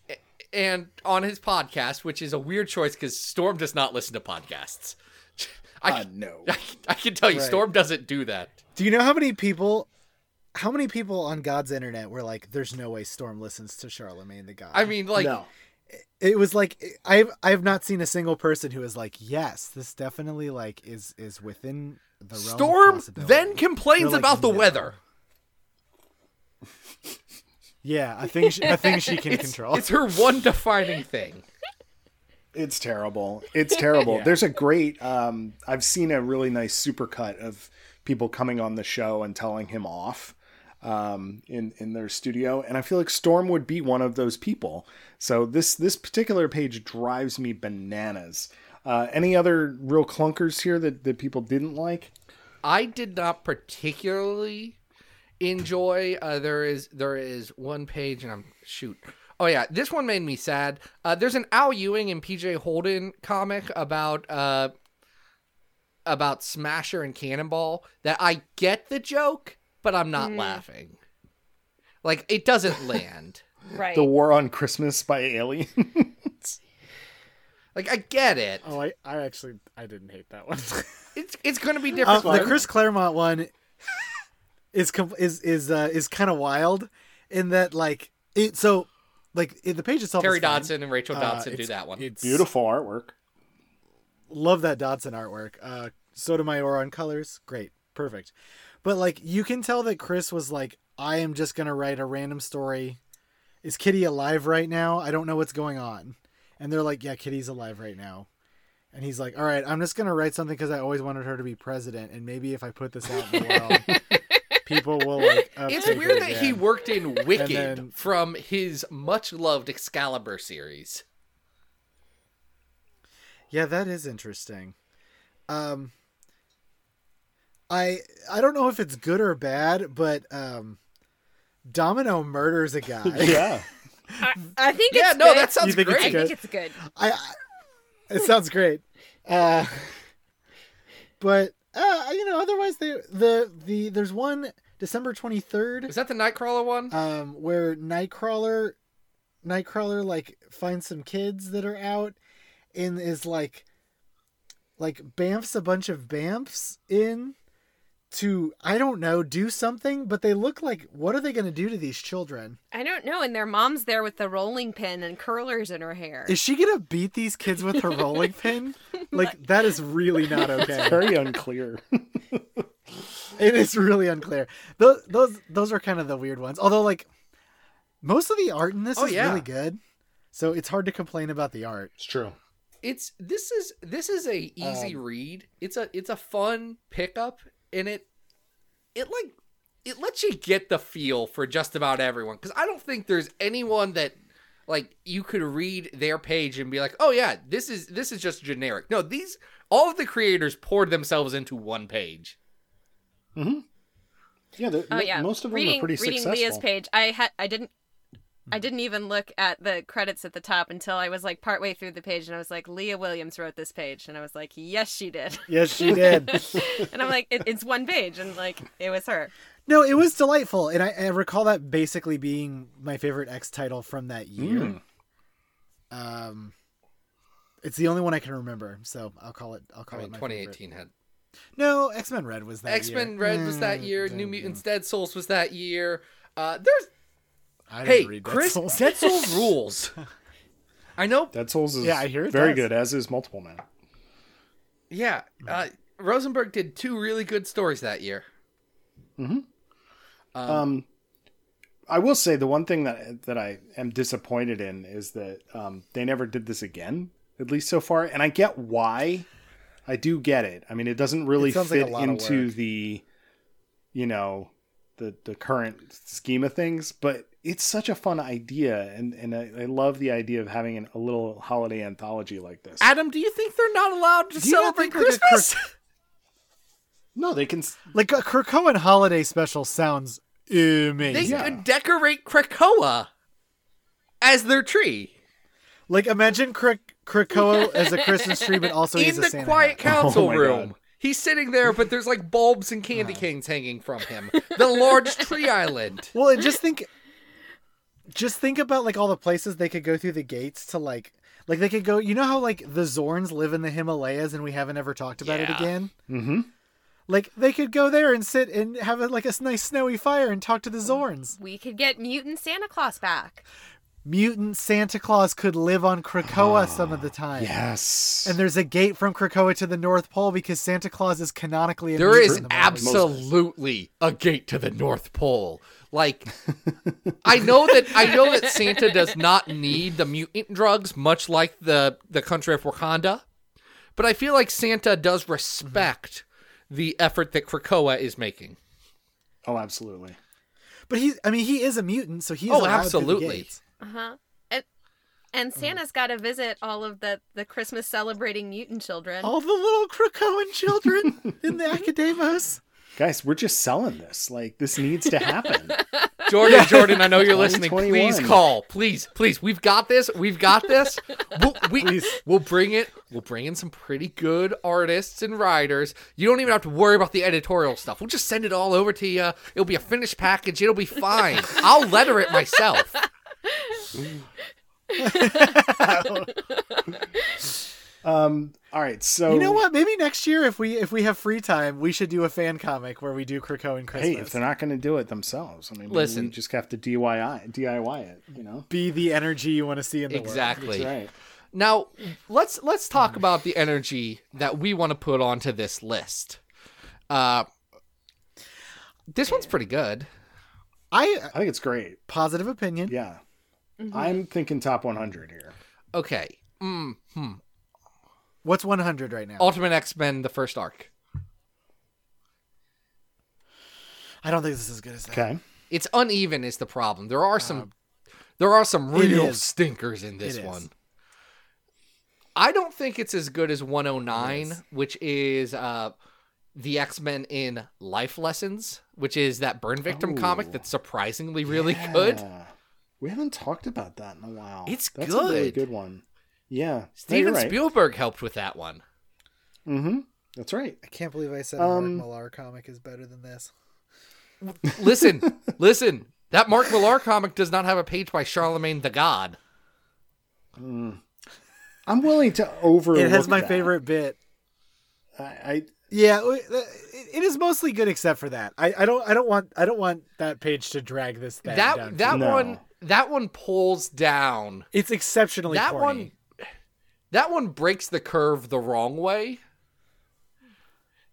Speaker 2: a- and on his podcast, which is a weird choice because Storm does not listen to podcasts. I,
Speaker 3: Uh, no.
Speaker 2: I, I can tell you,
Speaker 4: Right.
Speaker 2: Storm doesn't do that.
Speaker 4: Do you know how many people, how many people on God's internet were like, "There's no way Storm listens to Charlemagne the God."
Speaker 2: I mean, like,
Speaker 3: no.
Speaker 4: it was like I've I've not seen a single person who is like, "Yes, this definitely like is is within the realm of
Speaker 2: Storm
Speaker 4: possibility."
Speaker 2: then complains
Speaker 4: They're like,
Speaker 2: about the
Speaker 4: no.
Speaker 2: weather.
Speaker 4: Yeah, a thing she, a thing she can control.
Speaker 2: It's her one defining thing.
Speaker 3: It's terrible. It's terrible. There's a great um I've seen a really nice supercut of people coming on the show and telling him off um in in their studio and I feel like Storm would be one of those people. So this this particular page drives me bananas. Uh any other real clunkers here that that people didn't like?
Speaker 2: I did not particularly enjoy. Uh, there is there is one page, and I'm shoot. Oh yeah, this one made me sad. Uh, there's an Al Ewing and PJ Holden comic about uh, about Smasher and Cannonball that I get the joke, but I'm
Speaker 4: Mm.
Speaker 2: not laughing. Like it doesn't land.
Speaker 5: Right.
Speaker 3: The War on Christmas by Alien.
Speaker 2: Like I get it.
Speaker 4: Oh, I, I actually I didn't hate that one.
Speaker 2: It's it's gonna be
Speaker 4: uh,
Speaker 2: different.
Speaker 4: the Chris Claremont one is com- is is uh, is kind of wild in that like it so like it, the page itself.
Speaker 2: Terry
Speaker 4: is fine.
Speaker 2: Dodson and Rachel
Speaker 4: Uh,
Speaker 2: Dodson do
Speaker 4: it's-
Speaker 2: that one.
Speaker 4: It's
Speaker 3: Beautiful artwork.
Speaker 4: love that Dodson artwork. Uh, Sotomayor on colors, great, perfect. But like, you can tell that Chris was like, I am just gonna write a random story. Is Kitty alive right now? I don't know what's going on. And they're like, Yeah, Kitty's alive right now. And he's like, All right, I'm just gonna write something because I always wanted her to be president, and maybe if I put this out in the world, people will like.
Speaker 2: It's
Speaker 4: uptake
Speaker 2: weird
Speaker 4: it
Speaker 2: that he
Speaker 4: again."
Speaker 2: worked in Wicked
Speaker 4: then-
Speaker 2: from his much loved Excalibur series.
Speaker 4: Yeah, that is interesting. Um I I don't know if it's good or bad, but um Domino murders a guy.
Speaker 3: Yeah.
Speaker 5: I, I think
Speaker 2: Yeah,
Speaker 5: it's
Speaker 2: no,
Speaker 5: good.
Speaker 2: that sounds
Speaker 4: You think it's
Speaker 5: I
Speaker 2: great.
Speaker 5: think it's good.
Speaker 4: I, I It sounds great. Uh but uh you know, otherwise they the the there's one December 23rd
Speaker 2: Is that the Nightcrawler one?
Speaker 4: um where Nightcrawler Nightcrawler like finds some kids that are out and is like like bamfs a bunch of bamfs in to I don't know do something, but they look like what are they going to do to these children?
Speaker 5: I don't know. And their mom's there with the rolling pin and curlers in her hair.
Speaker 4: Is she going to beat these kids with her rolling pin? Like that is really not okay.
Speaker 3: Very unclear.
Speaker 4: it is really unclear. Those those those are kind of the weird ones. Although like most of the art in this
Speaker 2: Oh,
Speaker 4: is
Speaker 2: yeah.
Speaker 4: really good. So it's hard to complain about the art.
Speaker 3: It's true.
Speaker 2: it's this is this is a easy
Speaker 4: um,
Speaker 2: read. It's a it's a fun pickup and it it like it lets you get the feel for just about everyone cuz I don't think there's anyone that like you could read their page and be like, "Oh yeah, this is this is just generic." No, these all of the creators poured themselves into one page.
Speaker 3: Yeah, they're-
Speaker 5: Oh
Speaker 3: mo-
Speaker 5: yeah.
Speaker 3: most of them
Speaker 5: reading,
Speaker 3: are pretty
Speaker 5: reading
Speaker 3: successful.
Speaker 5: Leah's page. I had I didn't I didn't even look at the credits at the top until I was like partway through the page and I was like, Leah Williams wrote this page and I was like, Yes she did.
Speaker 4: Yes, she did.
Speaker 5: and I'm like, it, it's one page and like it was her.
Speaker 4: No, it was delightful, and I, I recall that basically being my favorite X title from that year. Um, it's the only one I can remember, so I'll call it. I'll
Speaker 2: I
Speaker 4: call
Speaker 2: mean,
Speaker 4: it my
Speaker 2: 2018 had
Speaker 4: favorite. No, X Men Red was that.
Speaker 2: X Men
Speaker 4: year.
Speaker 2: Red was that
Speaker 4: Eh,
Speaker 2: year,
Speaker 4: didn't-
Speaker 2: New Mutants Dead Souls was that year. Uh there's
Speaker 4: I didn't
Speaker 2: hey,
Speaker 4: read Dead
Speaker 2: Chris
Speaker 4: Souls.
Speaker 2: Dead Souls rules. I know
Speaker 3: Dead Souls is
Speaker 4: Yeah, I hear it
Speaker 3: very
Speaker 4: does.
Speaker 3: good, as is Multiple Man.
Speaker 2: Yeah, uh, Rosenberg did two really good stories that year.
Speaker 4: Mm-hmm.
Speaker 2: Um,
Speaker 4: Um,
Speaker 3: Um, I will say the one thing that that I am disappointed in is that um, they never did this again, at least so far. And I get why. I do get it. I mean, it doesn't really
Speaker 4: It sounds like a
Speaker 3: fit
Speaker 4: lot of
Speaker 3: into
Speaker 4: work.
Speaker 3: the, you know, the the current scheme of things. But it's such a fun idea, and and I, I love the idea of having an, a little holiday anthology like this.
Speaker 2: Adam, do you think they're not allowed to
Speaker 4: Do you not
Speaker 2: celebrate
Speaker 4: think, like, a
Speaker 2: Christmas?
Speaker 3: no, they can. s-
Speaker 4: Like a Krakoan holiday special sounds
Speaker 2: they
Speaker 4: amazing.
Speaker 3: Yeah.
Speaker 2: could decorate Krakoa as their tree
Speaker 4: Like imagine Krak- Krakoa as a Christmas tree, but also he's
Speaker 2: in
Speaker 4: a
Speaker 2: the
Speaker 4: Santa
Speaker 2: quiet
Speaker 4: hat.
Speaker 2: council
Speaker 3: Oh my
Speaker 2: room.
Speaker 3: God.
Speaker 2: He's sitting there, but there's like bulbs and candy canes hanging from him. The large tree island.
Speaker 4: Well, and just think, just think about like all the places they could go through the gates to like, like they could go. You know how like the Zorns live in the Himalayas, and we haven't ever talked about it
Speaker 2: Yeah.
Speaker 4: again.
Speaker 3: Mhm.
Speaker 4: Like they could go there and sit and have a, like a s- nice snowy fire and talk to the Zorns.
Speaker 5: We could get mutant Santa Claus back.
Speaker 4: Mutant Santa Claus could live on
Speaker 2: Oh,
Speaker 4: Krakoa some of the time.
Speaker 3: Yes.
Speaker 4: And there's a gate from Krakoa to the North Pole because Santa Claus is canonically a
Speaker 2: There
Speaker 4: mutant
Speaker 2: is
Speaker 4: in the Bible.
Speaker 2: absolutely a gate to the North Pole. Like I know that I know that Santa does not need the mutant drugs, much like the the country of Wakanda. But I feel like Santa does respect the effort that Krakoa is making.
Speaker 3: oh, absolutely.
Speaker 4: But he's I mean he is a mutant, so he's
Speaker 2: Oh,
Speaker 4: allowed through the
Speaker 2: absolutely.
Speaker 4: gates.
Speaker 5: Uh-huh. And and Santa's got to visit all of the the Christmas celebrating mutant children.
Speaker 4: all the little Krakoan children in the Academos.
Speaker 3: Guys, we're just selling this. Like this needs to happen.
Speaker 2: Jordan, Jordan, I know you're listening. Please
Speaker 3: 2021.
Speaker 2: call. Please, please. We've got this. We've got this. We'll, we, we'll bring it. We'll bring in some pretty good artists and writers. You don't even have to worry about the editorial stuff. We'll just send it all over to you. It'll be a finished package. It'll be fine. I'll letter it myself.
Speaker 3: um. All right. So
Speaker 4: You know what? Maybe next year, if we if we have free time, we should do a fan comic where we do Krakoan
Speaker 3: Hey,
Speaker 4: Christmas.
Speaker 3: if they're not going to do it themselves, I mean, listen, we
Speaker 2: Listen.
Speaker 3: just have to DIY DIY it. You know,
Speaker 4: Be the energy you want to see in the
Speaker 2: Exactly.
Speaker 3: That's right?
Speaker 2: Now, let's let's talk about the energy that we want to put onto this list. Uh, this one's pretty good.
Speaker 4: world. I uh,
Speaker 3: I think it's great.
Speaker 4: positive opinion.
Speaker 3: Yeah,
Speaker 2: Mm-hmm.
Speaker 3: I'm thinking top 100 here.
Speaker 2: Okay. Mm, hmm.
Speaker 4: What's 100 right now?
Speaker 2: Ultimate X Men: The First Arc.
Speaker 4: I don't think this is as good as that.
Speaker 3: Okay,
Speaker 2: It's uneven is the problem. There are some there are some real
Speaker 4: is.
Speaker 2: stinkers in this
Speaker 4: It is.
Speaker 2: one. I don't think it's as good as 109, which is uh the X-Men in Life Lessons, which is that burn victim comic that's surprisingly really good.
Speaker 3: Yeah. We haven't talked about that in a while.
Speaker 2: It's
Speaker 3: That's a really
Speaker 2: good.
Speaker 3: good one. Yeah,
Speaker 2: Steven
Speaker 3: right.
Speaker 2: Spielberg helped with that one.
Speaker 3: Mm-hmm. That's right.
Speaker 4: I can't believe I said
Speaker 3: Um,
Speaker 4: a Mark Millar comic is better than this.
Speaker 2: Listen, listen. That Mark Millar comic does not have a page by Charlemagne the God.
Speaker 3: Mm. I'm willing to over.
Speaker 4: It has my favorite bit.
Speaker 3: I, I
Speaker 4: Yeah, w- uh, it it is mostly good except for that. I, I don't I don't want I don't want that page to drag this thing down.
Speaker 2: that that
Speaker 3: No.
Speaker 2: one that one pulls down.
Speaker 4: it's exceptionally
Speaker 2: that
Speaker 4: corny.
Speaker 2: one that one breaks the curve the wrong way.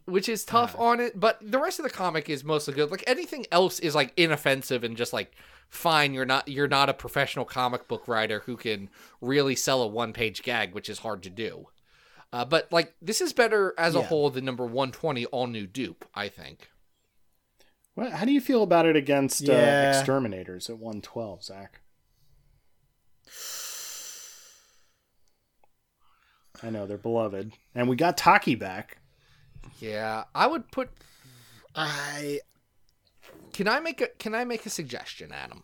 Speaker 2: Which is tough on it, but the rest of the comic is mostly good. Like anything else is like inoffensive and just like fine, you're not you're not a professional comic book writer who can really sell a one-page gag, which is hard to do. Uh, but like this is better as a
Speaker 4: Yeah.
Speaker 2: whole than number 120 all new dupe, I think.
Speaker 3: What, how do you feel about it against
Speaker 4: Yeah.
Speaker 3: uh, exterminators at 112, Zach? I know they're beloved, and we got Taki back.
Speaker 2: Yeah, I would put
Speaker 4: I
Speaker 2: Can I make a can I make a suggestion, Adam?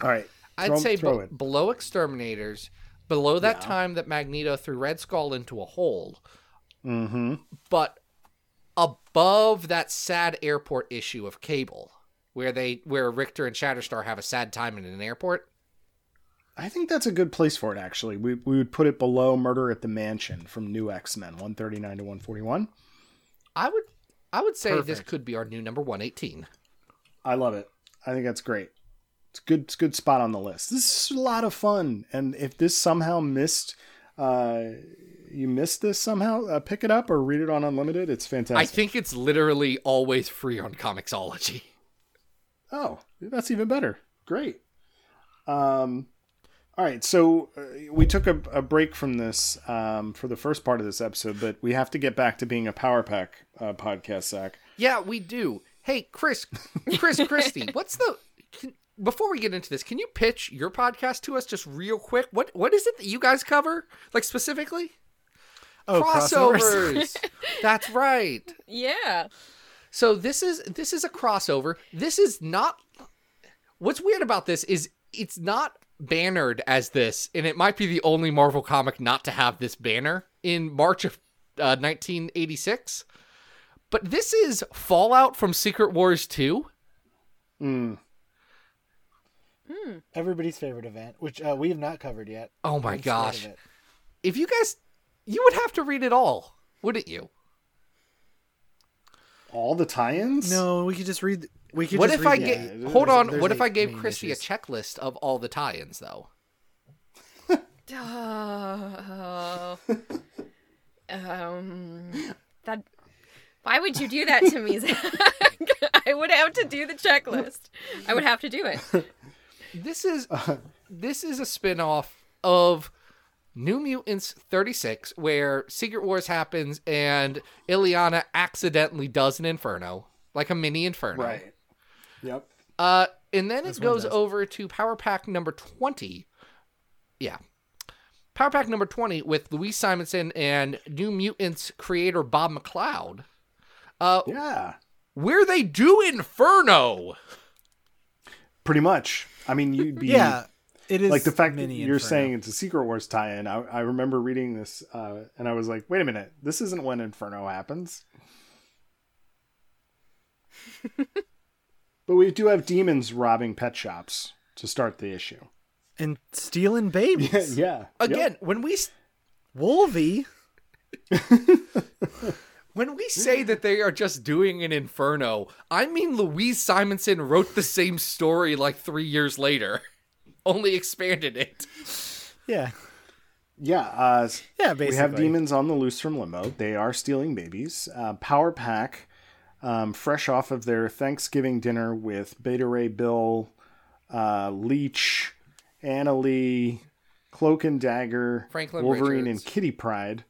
Speaker 3: All right,
Speaker 2: I'd
Speaker 3: Throw-
Speaker 2: say
Speaker 3: throw
Speaker 2: be-
Speaker 3: it.
Speaker 2: below exterminators, below that
Speaker 3: Yeah.
Speaker 2: time that Magneto threw Red Skull into a hole,
Speaker 3: mm-hmm.
Speaker 2: but above that sad airport issue of Cable, where they where Richter and Shatterstar have a sad time in an airport.
Speaker 3: I think that's a good place for it. Actually, we we would put it below Murder at the Mansion from New X Men 139 to 141.
Speaker 2: I would I would say this
Speaker 4: Perfect.
Speaker 2: could be our new number 118.
Speaker 3: I love it. I think that's great. It's good. It's a good spot on the list. This is a lot of fun, and if this somehow missed, uh, you missed this somehow, uh, pick it up or read it on Unlimited. It's
Speaker 2: I
Speaker 3: fantastic.
Speaker 2: think it's literally always free on Comixology.
Speaker 3: Oh, that's even better. Great. Um, all right. So uh, we took a, a break from this um, for the first part of this episode, but we have to get back to being a Power Pack uh, podcast, Zach.
Speaker 2: Yeah, we do. Hey, Chris, Chris Christie, what's the? Can, before we get into this, can you pitch your podcast to us just real quick? What what is it that you guys cover, like specifically?
Speaker 4: oh crossovers.
Speaker 2: That's right.
Speaker 5: Yeah.
Speaker 2: So this is this is a crossover. This is not. What's weird about this is it's not bannered as this, and it might be the only Marvel comic not to have this banner in March of uh, 1986. But this is Fallout from Secret Wars 2.
Speaker 3: Hmm,
Speaker 4: Everybody's favorite event, which uh, we have not covered yet.
Speaker 2: Oh my
Speaker 4: I'm scared of
Speaker 2: gosh.
Speaker 4: it.
Speaker 2: If you guys, you would have to read it all, wouldn't you?
Speaker 3: All the tie-ins.
Speaker 4: No, we could just read. We could.
Speaker 2: What
Speaker 4: just
Speaker 2: if I
Speaker 4: read
Speaker 2: get?
Speaker 4: the-
Speaker 2: hold on.
Speaker 4: there's
Speaker 2: What if
Speaker 4: eight
Speaker 2: I gave
Speaker 4: main
Speaker 2: Christy a
Speaker 4: issues.
Speaker 2: checklist of all the tie-ins, though?
Speaker 5: Oh. um. That. Why would you do that to me, Zach? I would have to do the checklist. I would have to do it.
Speaker 2: This is this is a spin-off of New Mutants 36 where Secret Wars happens and Ileana accidentally does an inferno, like a mini inferno.
Speaker 3: Right. Yep.
Speaker 2: Uh and then it
Speaker 4: one
Speaker 2: goes
Speaker 4: does.
Speaker 2: over to Power Pack number 20. Yeah. Power Pack number 20 with Louise Simonson and New Mutants creator Bob McLeod. Uh
Speaker 3: Yeah.
Speaker 2: where they do Inferno.
Speaker 3: Pretty much. I mean, you'd be
Speaker 4: Yeah, it is
Speaker 3: like the fact that
Speaker 4: mini
Speaker 3: you're
Speaker 4: inferno.
Speaker 3: saying it's a Secret Wars tie-in. I, I remember reading this, uh, and I was like, "Wait a minute, this isn't when Inferno happens." but we do have demons robbing pet shops to start the issue.
Speaker 4: and stealing babies.
Speaker 3: yeah.
Speaker 2: Again,
Speaker 3: Yep.
Speaker 2: when we s-
Speaker 4: Wolvie.
Speaker 2: When
Speaker 3: Mm-hmm.
Speaker 2: we say that they are just doing an inferno, I mean Louise Simonson wrote the same story like three years later, only expanded it.
Speaker 4: Yeah,
Speaker 3: Yeah. Uh, s-
Speaker 4: yeah.
Speaker 3: we
Speaker 4: Basically,
Speaker 3: have demons on the loose from limbo. They are stealing babies. Uh, Power Pack, um, fresh off of their Thanksgiving dinner with Beta Ray Bill, uh, Leech, Anna Lee, Cloak and Dagger,
Speaker 2: Franklin
Speaker 3: Wolverine,
Speaker 2: Richards.
Speaker 3: and Kitty Pride,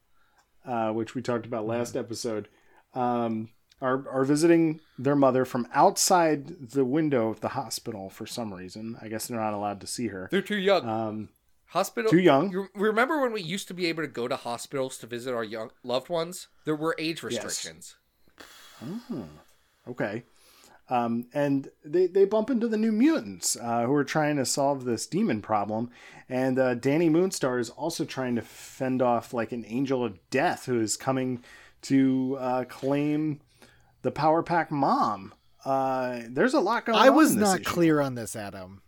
Speaker 3: uh, which we talked about last
Speaker 4: Mm-hmm.
Speaker 3: episode, um, are, are visiting their mother from outside the window of the hospital for some reason. I guess they're not allowed to see her.
Speaker 2: They're too young.
Speaker 3: Um,
Speaker 2: Hospital.
Speaker 3: too young.
Speaker 2: You remember when we used to be able to go to hospitals to visit our young loved ones? There were age restrictions.
Speaker 3: Okay. Um, and they, they bump into the new mutants uh, who are trying to solve this demon problem. And uh, Danny Moonstar is also trying to fend off like an angel of death who is coming to uh, claim the Power Pack mom. Uh, there's a lot going on.
Speaker 4: I was
Speaker 3: in this
Speaker 4: not
Speaker 3: issue.
Speaker 4: clear on this, Adam.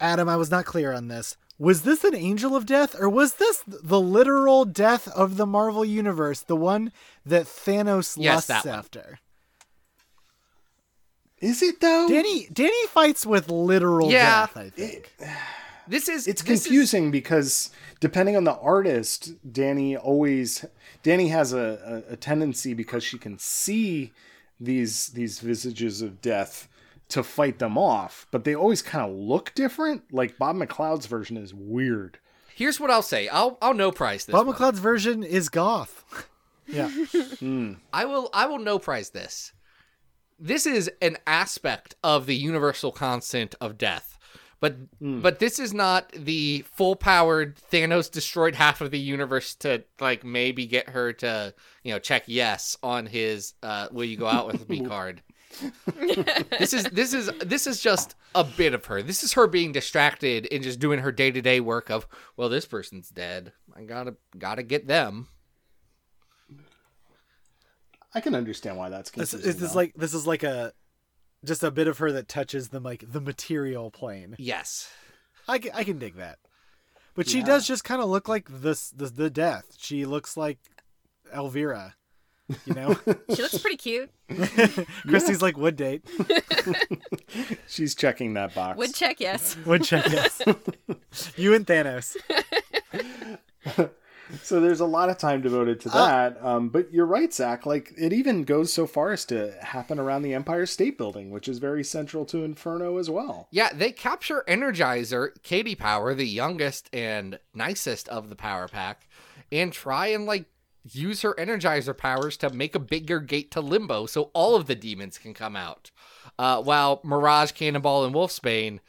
Speaker 4: Adam, I was not clear on this. was this an angel of death or was this the literal death of the Marvel universe, the one that Thanos
Speaker 2: Yes, that
Speaker 4: lusts
Speaker 2: one.
Speaker 4: after?
Speaker 3: Is it though?
Speaker 4: Danny Danny fights with literal
Speaker 2: Yeah.
Speaker 4: death, I think.
Speaker 2: This is
Speaker 3: it's
Speaker 2: this is-
Speaker 3: confusing because depending on the artist, Danny always Danny has a, a, a tendency because she can see these these visages of death to fight them off, but they always kind of look different. Like Bob McLeod's version is weird.
Speaker 2: here's what I'll say. I'll I'll no prize this.
Speaker 4: Bob
Speaker 2: one.
Speaker 4: McLeod's version is goth. yeah.
Speaker 2: I will I will no prize this. This is an aspect of the universal constant of death. But but this is not the full powered Thanos destroyed half of the universe to like maybe get her to, you know, check yes on his uh will you go out with me card. this is this is this is just a bit of her. This is her being distracted and just doing her day to day work of well, this person's dead. I gotta gotta get them.
Speaker 3: I can understand why that's
Speaker 4: This
Speaker 3: confusing.
Speaker 4: is this
Speaker 3: though.
Speaker 4: like this is like a just a bit of her that touches the like the material plane.
Speaker 2: Yes.
Speaker 4: I can, I can dig that. But she does just kind of look like this the, the death. She looks like Elvira, you know.
Speaker 5: She looks pretty cute.
Speaker 4: Christy's like would date,
Speaker 3: she's checking that box.
Speaker 5: Would check yes.
Speaker 4: would check yes. you and Thanos.
Speaker 3: So there's a lot of time devoted
Speaker 4: Oh.
Speaker 3: to that. um, but you're right, Zach. Like it even goes so far as to happen around the Empire State Building, which is very central to Inferno as well.
Speaker 2: Yeah, they capture Energizer, Katie Power, the youngest and nicest of the power pack, and try and like use her Energizer powers to make a bigger gate to Limbo so all of the demons can come out. Uh, while Mirage, Cannonball, and Wolfsbane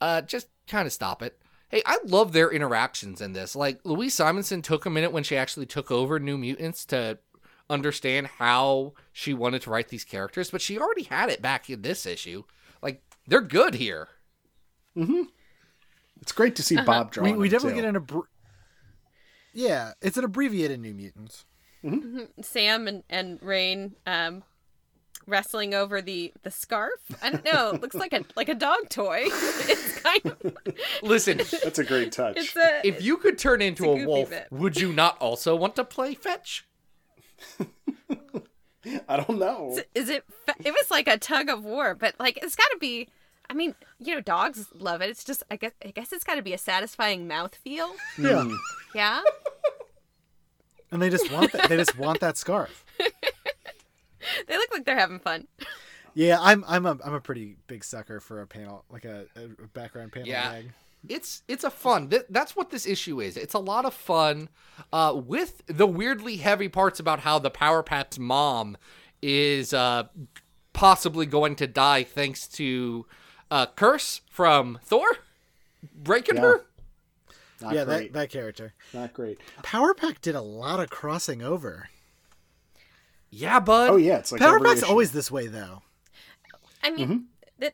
Speaker 2: uh, just kind of stop it. Hey, I love their interactions in this. Like, Louise Simonson took a minute when she actually took over New Mutants to understand how she wanted to write these characters, but she already had it back in this issue. Like, they're good here.
Speaker 3: It's great to see
Speaker 5: Uh-huh.
Speaker 3: Bob
Speaker 4: We
Speaker 3: drawing.
Speaker 4: we
Speaker 3: them,
Speaker 4: definitely
Speaker 3: too.
Speaker 4: get an abr- Yeah, it's an abbreviated New Mutants.
Speaker 5: Sam and and Rain um, wrestling over the the scarf. I don't know. It looks like a like a dog toy. It's kind of
Speaker 2: Listen,
Speaker 3: That's a great touch.
Speaker 5: it's a
Speaker 2: if you could turn into
Speaker 5: a
Speaker 2: a,
Speaker 5: goofy
Speaker 2: wolf,
Speaker 5: bit.
Speaker 2: would you not also want to play fetch?
Speaker 3: I don't know.
Speaker 5: is it fa- it was like a tug of war but like it's got to be i mean you know dogs love it it's just i guess i guess it's got to be a satisfying mouth feel
Speaker 4: Yeah,
Speaker 5: yeah
Speaker 4: Mm. and they just want that, they just want that scarf.
Speaker 5: they look like they're having fun
Speaker 4: Yeah, I'm I'm a I'm a pretty big sucker for a panel like a, a background panel
Speaker 2: Yeah.
Speaker 4: bag.
Speaker 2: It's it's a fun. Th- that's what this issue is. It's a lot of fun, uh, with the weirdly heavy parts about how the Power Pack's mom is uh, possibly going to die thanks to a curse from Thor breaking
Speaker 3: Yeah.
Speaker 2: her.
Speaker 3: Not
Speaker 4: yeah,
Speaker 3: great.
Speaker 4: that, that character.
Speaker 3: Not great.
Speaker 4: Power Pack did a lot of crossing over.
Speaker 2: Yeah, bud.
Speaker 3: Oh yeah, it's like
Speaker 4: Power
Speaker 3: every
Speaker 4: Pack's
Speaker 3: issue.
Speaker 4: always this way though.
Speaker 5: i mean the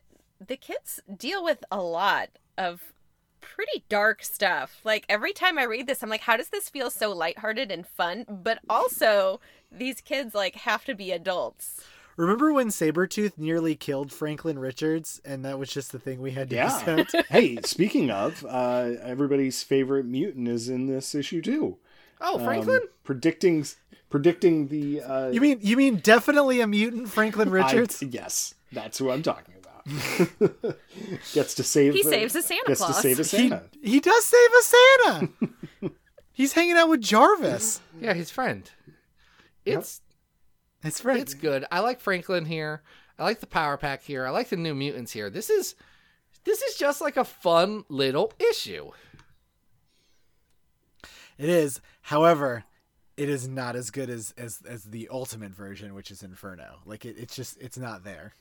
Speaker 5: the kids deal with a lot of pretty dark stuff like every time i read this i'm like how does this feel so lighthearted and fun but also these kids like have to be adults
Speaker 4: Remember when Sabretooth nearly killed Franklin Richards and that was just the thing we had to
Speaker 3: Yeah.
Speaker 4: accept?
Speaker 3: hey, speaking of, uh, everybody's favorite mutant is in this issue too.
Speaker 2: Oh,
Speaker 3: Um,
Speaker 2: Franklin.
Speaker 3: predicting predicting the uh,
Speaker 4: You mean you mean definitely a mutant Franklin
Speaker 3: I-
Speaker 4: Richards?
Speaker 3: yes, that's who I'm talking about. gets to save.
Speaker 5: He
Speaker 3: uh,
Speaker 5: saves a Santa
Speaker 3: gets
Speaker 5: Claus.
Speaker 3: to save a
Speaker 4: he,
Speaker 3: Santa.
Speaker 4: he does save a Santa. He's hanging out with Jarvis.
Speaker 2: yeah, his friend. It's
Speaker 4: It's right.
Speaker 2: it's good. I like Franklin here. I like the Power Pack here. I like the New Mutants here. This is this is just like a fun little issue.
Speaker 4: It is. However, it is not as good as as as the ultimate version, which is Inferno. Like it, it's just it's not there.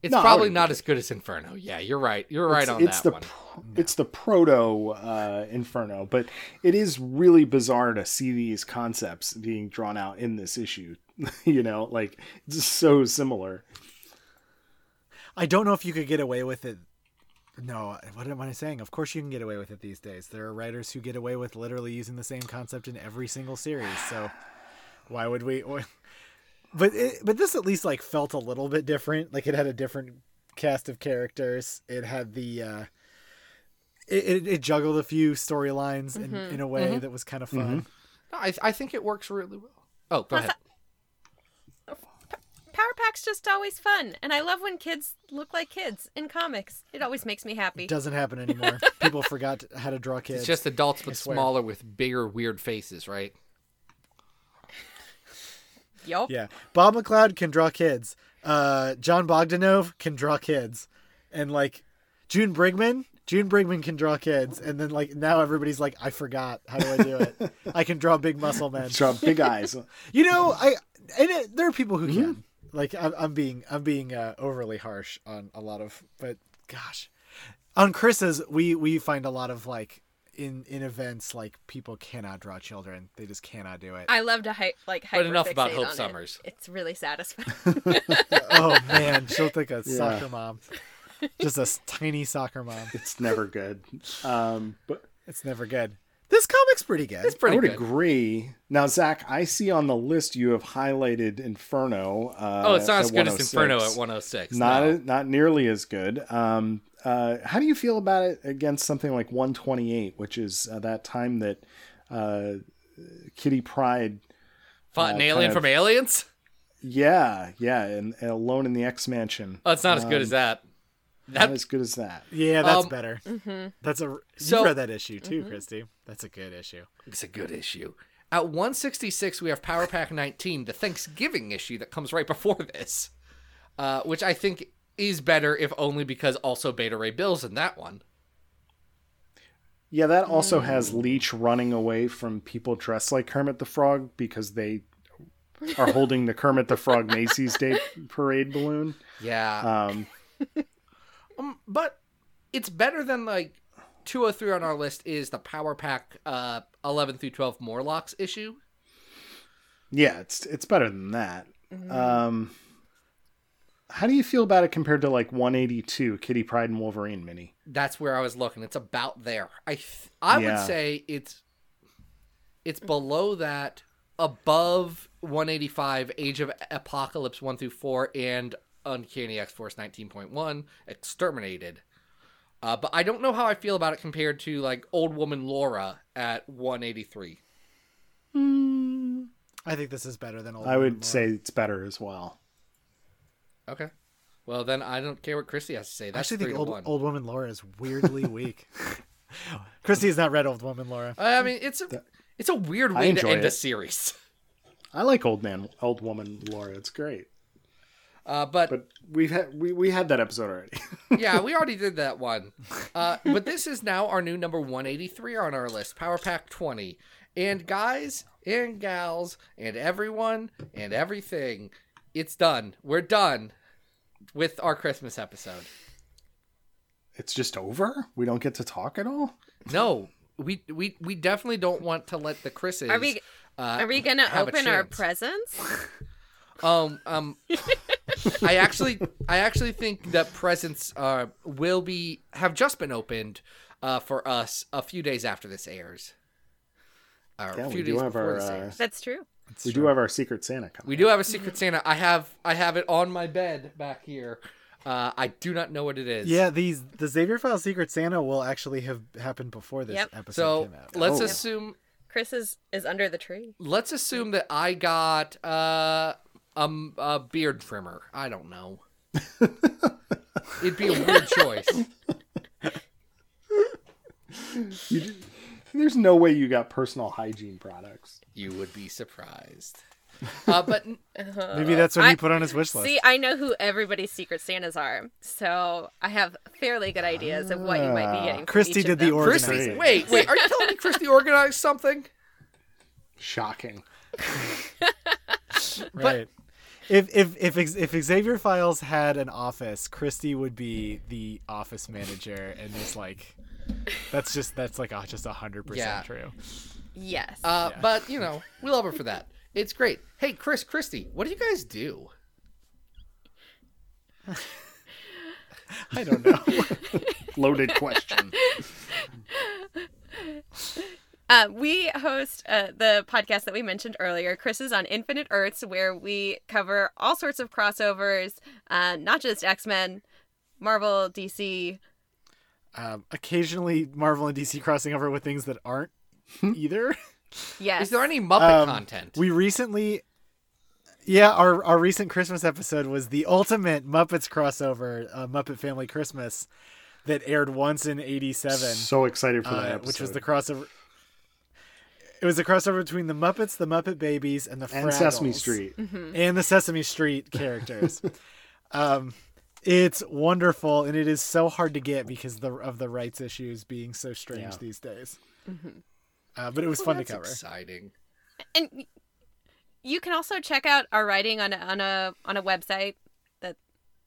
Speaker 2: It's
Speaker 3: No, I
Speaker 2: probably
Speaker 3: wouldn't
Speaker 2: not
Speaker 3: agree.
Speaker 2: as good as Inferno. Yeah, you're right. You're right
Speaker 3: it's,
Speaker 2: on
Speaker 3: it's
Speaker 2: that
Speaker 3: the
Speaker 2: one.
Speaker 3: pro- it's the proto uh, inferno but it is really bizarre to see these concepts being drawn out in this issue you know like it's so similar
Speaker 4: I don't know if you could get away with it. No, what am I saying? Of course you can get away with it these days. There are writers who get away with literally using the same concept in every single series. So why would we? But it, but this at least like felt a little bit different. Like it had a different cast of characters. It had the uh, it, it, it juggled a few storylines in, in a way that was kind of fun.
Speaker 2: No, I, I think it works really well. Oh, go ahead.
Speaker 5: Power Pack's just always fun, and I love when kids look like kids in comics. It always makes me happy.
Speaker 4: Doesn't happen anymore. People forgot how to draw kids.
Speaker 2: It's just adults but
Speaker 4: swear.
Speaker 2: smaller with bigger weird faces, right?
Speaker 5: Yup.
Speaker 4: Yeah. Bob McLeod can draw kids. Uh, John Bogdanov can draw kids. And like June Brigman, June Brigman can draw kids. And then like now everybody's like, I forgot. How do I do it? I can draw big muscle men.
Speaker 3: Draw big eyes.
Speaker 4: You know, I and it, there are people who can. Like I'm, I'm being I'm being uh, overly harsh on a lot of, but gosh, on Chris's we we find a lot of like in in events like people cannot draw children. They just cannot do it.
Speaker 5: I love to hy- like hyper.
Speaker 2: But enough about Hope
Speaker 5: on it.
Speaker 2: Summers.
Speaker 5: It's really satisfying.
Speaker 4: oh man, she'll think a
Speaker 3: Yeah.
Speaker 4: soccer mom. Just a s- tiny soccer mom.
Speaker 3: It's never good. Um, but
Speaker 4: It's never good. This comic's pretty good.
Speaker 2: It's pretty
Speaker 3: I would
Speaker 2: good.
Speaker 3: agree. Now, Zach, I see on the list you have highlighted Inferno. Uh,
Speaker 2: Oh, it's not
Speaker 3: at
Speaker 2: as good as
Speaker 3: 106.
Speaker 2: Inferno at 106.
Speaker 3: Not
Speaker 2: no.
Speaker 3: not nearly as good. Um, uh, how do you feel about it against something like 128, which is uh, that time that uh, Kitty Pride?
Speaker 2: Fought an
Speaker 3: uh,
Speaker 2: alien
Speaker 3: kind
Speaker 2: from
Speaker 3: of-
Speaker 2: Aliens?
Speaker 3: Yeah, yeah, and, and Alone in the X Mansion.
Speaker 2: Oh, it's not as good as that.
Speaker 3: not as good as that.
Speaker 4: yeah, that's
Speaker 2: Um,
Speaker 4: better. That's a
Speaker 2: so- mm-hmm.
Speaker 4: you read that issue too, Christy. That's a good issue.
Speaker 2: It's a good issue. At 166, we have Power Pack 19, the Thanksgiving issue that comes right before this, uh, which I think is better if only because also Beta Ray Bill's in that one.
Speaker 3: Yeah, that also has Leech running away from people dressed like Kermit the Frog because they are holding the Kermit the Frog Macy's Day Parade balloon.
Speaker 2: Yeah.
Speaker 3: Um,
Speaker 2: Um, but it's better than like 203 on our list is the Power Pack uh, 11 through 12 Morlocks issue.
Speaker 3: yeah, it's it's better than that. Um, how do you feel about it compared to like 182 Kitty Pride and Wolverine mini?
Speaker 2: That's where I was looking. It's about there. I th- I
Speaker 3: Yeah.
Speaker 2: would say it's it's below that, above 185, Age of Apocalypse one through four, and Uncanny X Force 19.1, Exterminated. Uh, but I don't know how I feel about it compared to like Old Woman Laura at 183.
Speaker 4: I think this is better than old.
Speaker 3: I
Speaker 4: Woman
Speaker 3: would
Speaker 4: Laura.
Speaker 3: say it's better as well.
Speaker 2: Okay. Well then, I don't care what Christy has to say.
Speaker 4: I
Speaker 2: That's
Speaker 4: actually
Speaker 2: three
Speaker 4: think
Speaker 2: to
Speaker 4: old,
Speaker 2: one.
Speaker 4: old woman Laura is weirdly weak. Christy's not read Old Woman Laura.
Speaker 2: I mean, it's a, it's a weird
Speaker 3: I
Speaker 2: way to
Speaker 3: enjoy
Speaker 2: end
Speaker 3: it.
Speaker 2: a series.
Speaker 3: I like old man, old woman Laura. It's great,
Speaker 2: Uh, but
Speaker 3: but we've had we, we had that episode already.
Speaker 2: yeah, we already did that one. Uh, but this is now our new number 183 on our list, Power Pack 20. And guys and gals and everyone and everything, it's done. We're done with our Christmas episode.
Speaker 3: it's just over. We don't get to talk at all.
Speaker 2: No, we we we definitely don't want to let the Chris's.
Speaker 5: Are we-
Speaker 2: Uh,
Speaker 5: Are we gonna
Speaker 2: Have a
Speaker 5: open our
Speaker 2: chance.
Speaker 5: presents?
Speaker 2: um um. I actually I actually think that presents uh, will be have just been opened uh, for us a few days after this airs. Or
Speaker 3: Yeah,
Speaker 2: a
Speaker 3: we
Speaker 2: few
Speaker 3: do
Speaker 2: days
Speaker 3: have
Speaker 2: before
Speaker 3: our,
Speaker 2: this
Speaker 3: uh,
Speaker 2: airs.
Speaker 5: That's true.
Speaker 3: we do have our Secret Santa coming.
Speaker 2: We do have a Secret Santa. I have I have it on my bed back here. Uh, I do not know what it is.
Speaker 4: Yeah, these the Xavier File Secret Santa will actually have happened before this
Speaker 5: Yep.
Speaker 4: episode
Speaker 2: So
Speaker 4: came out.
Speaker 2: let's
Speaker 3: Oh.
Speaker 2: assume
Speaker 5: Chris is is under the tree.
Speaker 2: let's assume that I got uh um a beard trimmer. I don't know. It'd be a weird choice.
Speaker 3: There's no way you got personal hygiene products.
Speaker 2: You would be surprised. Uh, but
Speaker 4: Maybe that's
Speaker 2: uh,
Speaker 4: what
Speaker 5: I-
Speaker 4: he put on his wish list.
Speaker 5: See, I know who everybody's secret Santas are, so I have fairly good ideas of what you might be getting. from
Speaker 4: Christy
Speaker 5: each
Speaker 4: did
Speaker 5: of
Speaker 4: the
Speaker 5: them.
Speaker 4: organizing.
Speaker 2: Christy,
Speaker 3: Organized.
Speaker 2: wait, wait. Are you telling me Christy organized something?
Speaker 3: Shocking.
Speaker 4: Right. If if if X- if Xavier Files had an office, Christy would be the office manager, and there's like, that's just that's like ah, just hundred
Speaker 2: Yeah.
Speaker 4: percent true.
Speaker 5: Yes.
Speaker 2: Uh, But you know, we love her for that. It's great. Hey, Chris, Christy, what do you guys do?
Speaker 4: I don't know.
Speaker 3: Loaded question.
Speaker 5: Uh, we host uh, the podcast that we mentioned earlier. Chris is on Infinite Earths, where we cover all sorts of crossovers, uh, not just X Men, Marvel, DC,
Speaker 4: um, occasionally Marvel and DC crossing over with things that aren't either.
Speaker 5: Yes.
Speaker 2: Is there any Muppet
Speaker 4: Um,
Speaker 2: content?
Speaker 4: We recently, yeah, our our recent Christmas episode was the ultimate Muppets crossover, uh, Muppet Family Christmas, that aired once in '87,
Speaker 3: So excited for that
Speaker 4: uh,
Speaker 3: episode.
Speaker 4: which was the crossover. It was a crossover between the Muppets, the Muppet Babies, and the
Speaker 3: and Sesame
Speaker 4: Fraggles.
Speaker 3: Street.
Speaker 4: and the Sesame Street characters. um, it's wonderful, and it is so hard to get because the, of the rights issues being so strange
Speaker 3: Yeah.
Speaker 4: these days. Uh, but it was fun to
Speaker 2: That's
Speaker 4: cover.
Speaker 2: exciting.
Speaker 5: and y- you can also check out our writing on a, on a on a website that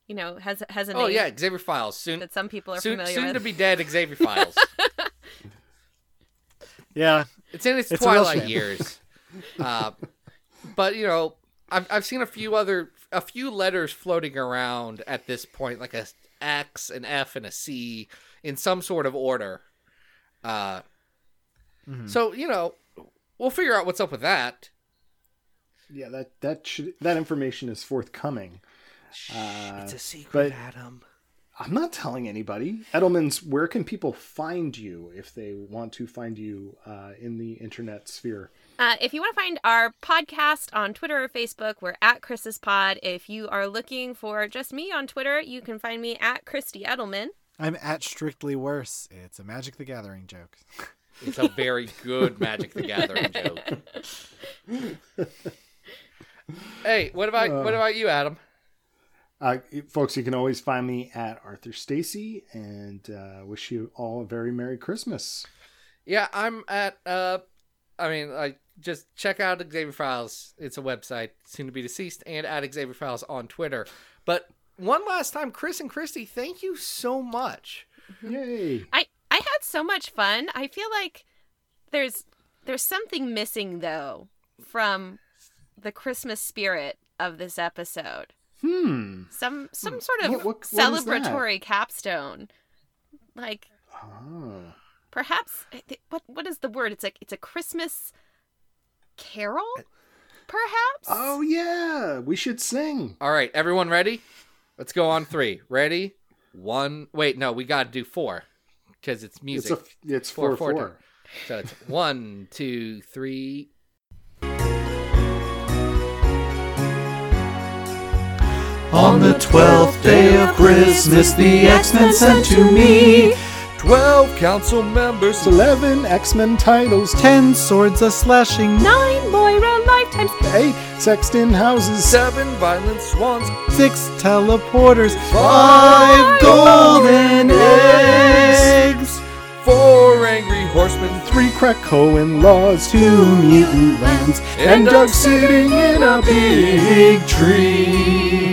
Speaker 5: you know has has a name
Speaker 2: Oh yeah, Xavier Files soon.
Speaker 5: that some people are
Speaker 2: Soon,
Speaker 5: familiar
Speaker 2: soon
Speaker 5: with.
Speaker 2: to be dead Xavier Files.
Speaker 4: Yeah,
Speaker 2: It's in its,
Speaker 4: It's a real
Speaker 2: twilight
Speaker 4: shame.
Speaker 2: years. Uh, but you know, I've I've seen a few other a few letters floating around at this point, like a X, an F, and a C in some sort of order. Uh, So you know, we'll figure out what's up with that.
Speaker 3: Yeah, that that should that information is forthcoming.
Speaker 2: it's a secret,
Speaker 3: but-
Speaker 2: Adam.
Speaker 3: I'm not telling anybody. Edelman's, where can people find you if they want to find you uh, in the internet sphere?
Speaker 5: Uh, if you want to find our podcast on Twitter or Facebook, we're at Chris's Pod. If you are looking for just me on Twitter, you can find me at Christy Edelman.
Speaker 4: I'm at strictly worse. It's a Magic the Gathering joke.
Speaker 2: It's a very good Magic the Gathering joke. hey, what about what about you, Adam?
Speaker 3: Uh, folks, you can always find me at Arthur Stacy, and uh, wish you all a very Merry Christmas.
Speaker 2: Yeah, I'm at. Uh, I mean, like, just check out Xavier Files. It's a website, soon to be deceased, and at Xavier Files on Twitter. But one last time, Chris and Christy, thank you so much.
Speaker 3: Yay!
Speaker 5: I I had so much fun. I feel like there's there's something missing though from the Christmas spirit of this episode.
Speaker 3: Hmm.
Speaker 5: Some some sort of
Speaker 3: What- what- what is that?
Speaker 5: celebratory capstone. Like
Speaker 3: Oh.
Speaker 5: perhaps I thi- what what is the word? It's like it's a Christmas carol perhaps?
Speaker 3: Uh, oh yeah, we should sing.
Speaker 2: All right, everyone ready? Let's go on three. Ready? One. Wait, no, we got to do four because it's
Speaker 3: It's
Speaker 2: music.
Speaker 3: a it's
Speaker 2: Four, four,
Speaker 3: four four.
Speaker 2: two. So it's one, two, three.
Speaker 6: On the twelfth day of Christmas, the X-Men sent to me
Speaker 2: Twelve council members.
Speaker 3: It's eleven X Men titles.
Speaker 4: Ten swords a slashing,
Speaker 5: Nine Moira lifetimes.
Speaker 3: Eight Sexton houses.
Speaker 2: Seven violent swans.
Speaker 4: six teleporters,
Speaker 6: five golden eggs.
Speaker 2: Four angry horsemen.
Speaker 3: Three Krakoan laws,
Speaker 6: Two mutant lands
Speaker 2: And
Speaker 6: and
Speaker 2: Doug
Speaker 6: Doug sitting in a big tree.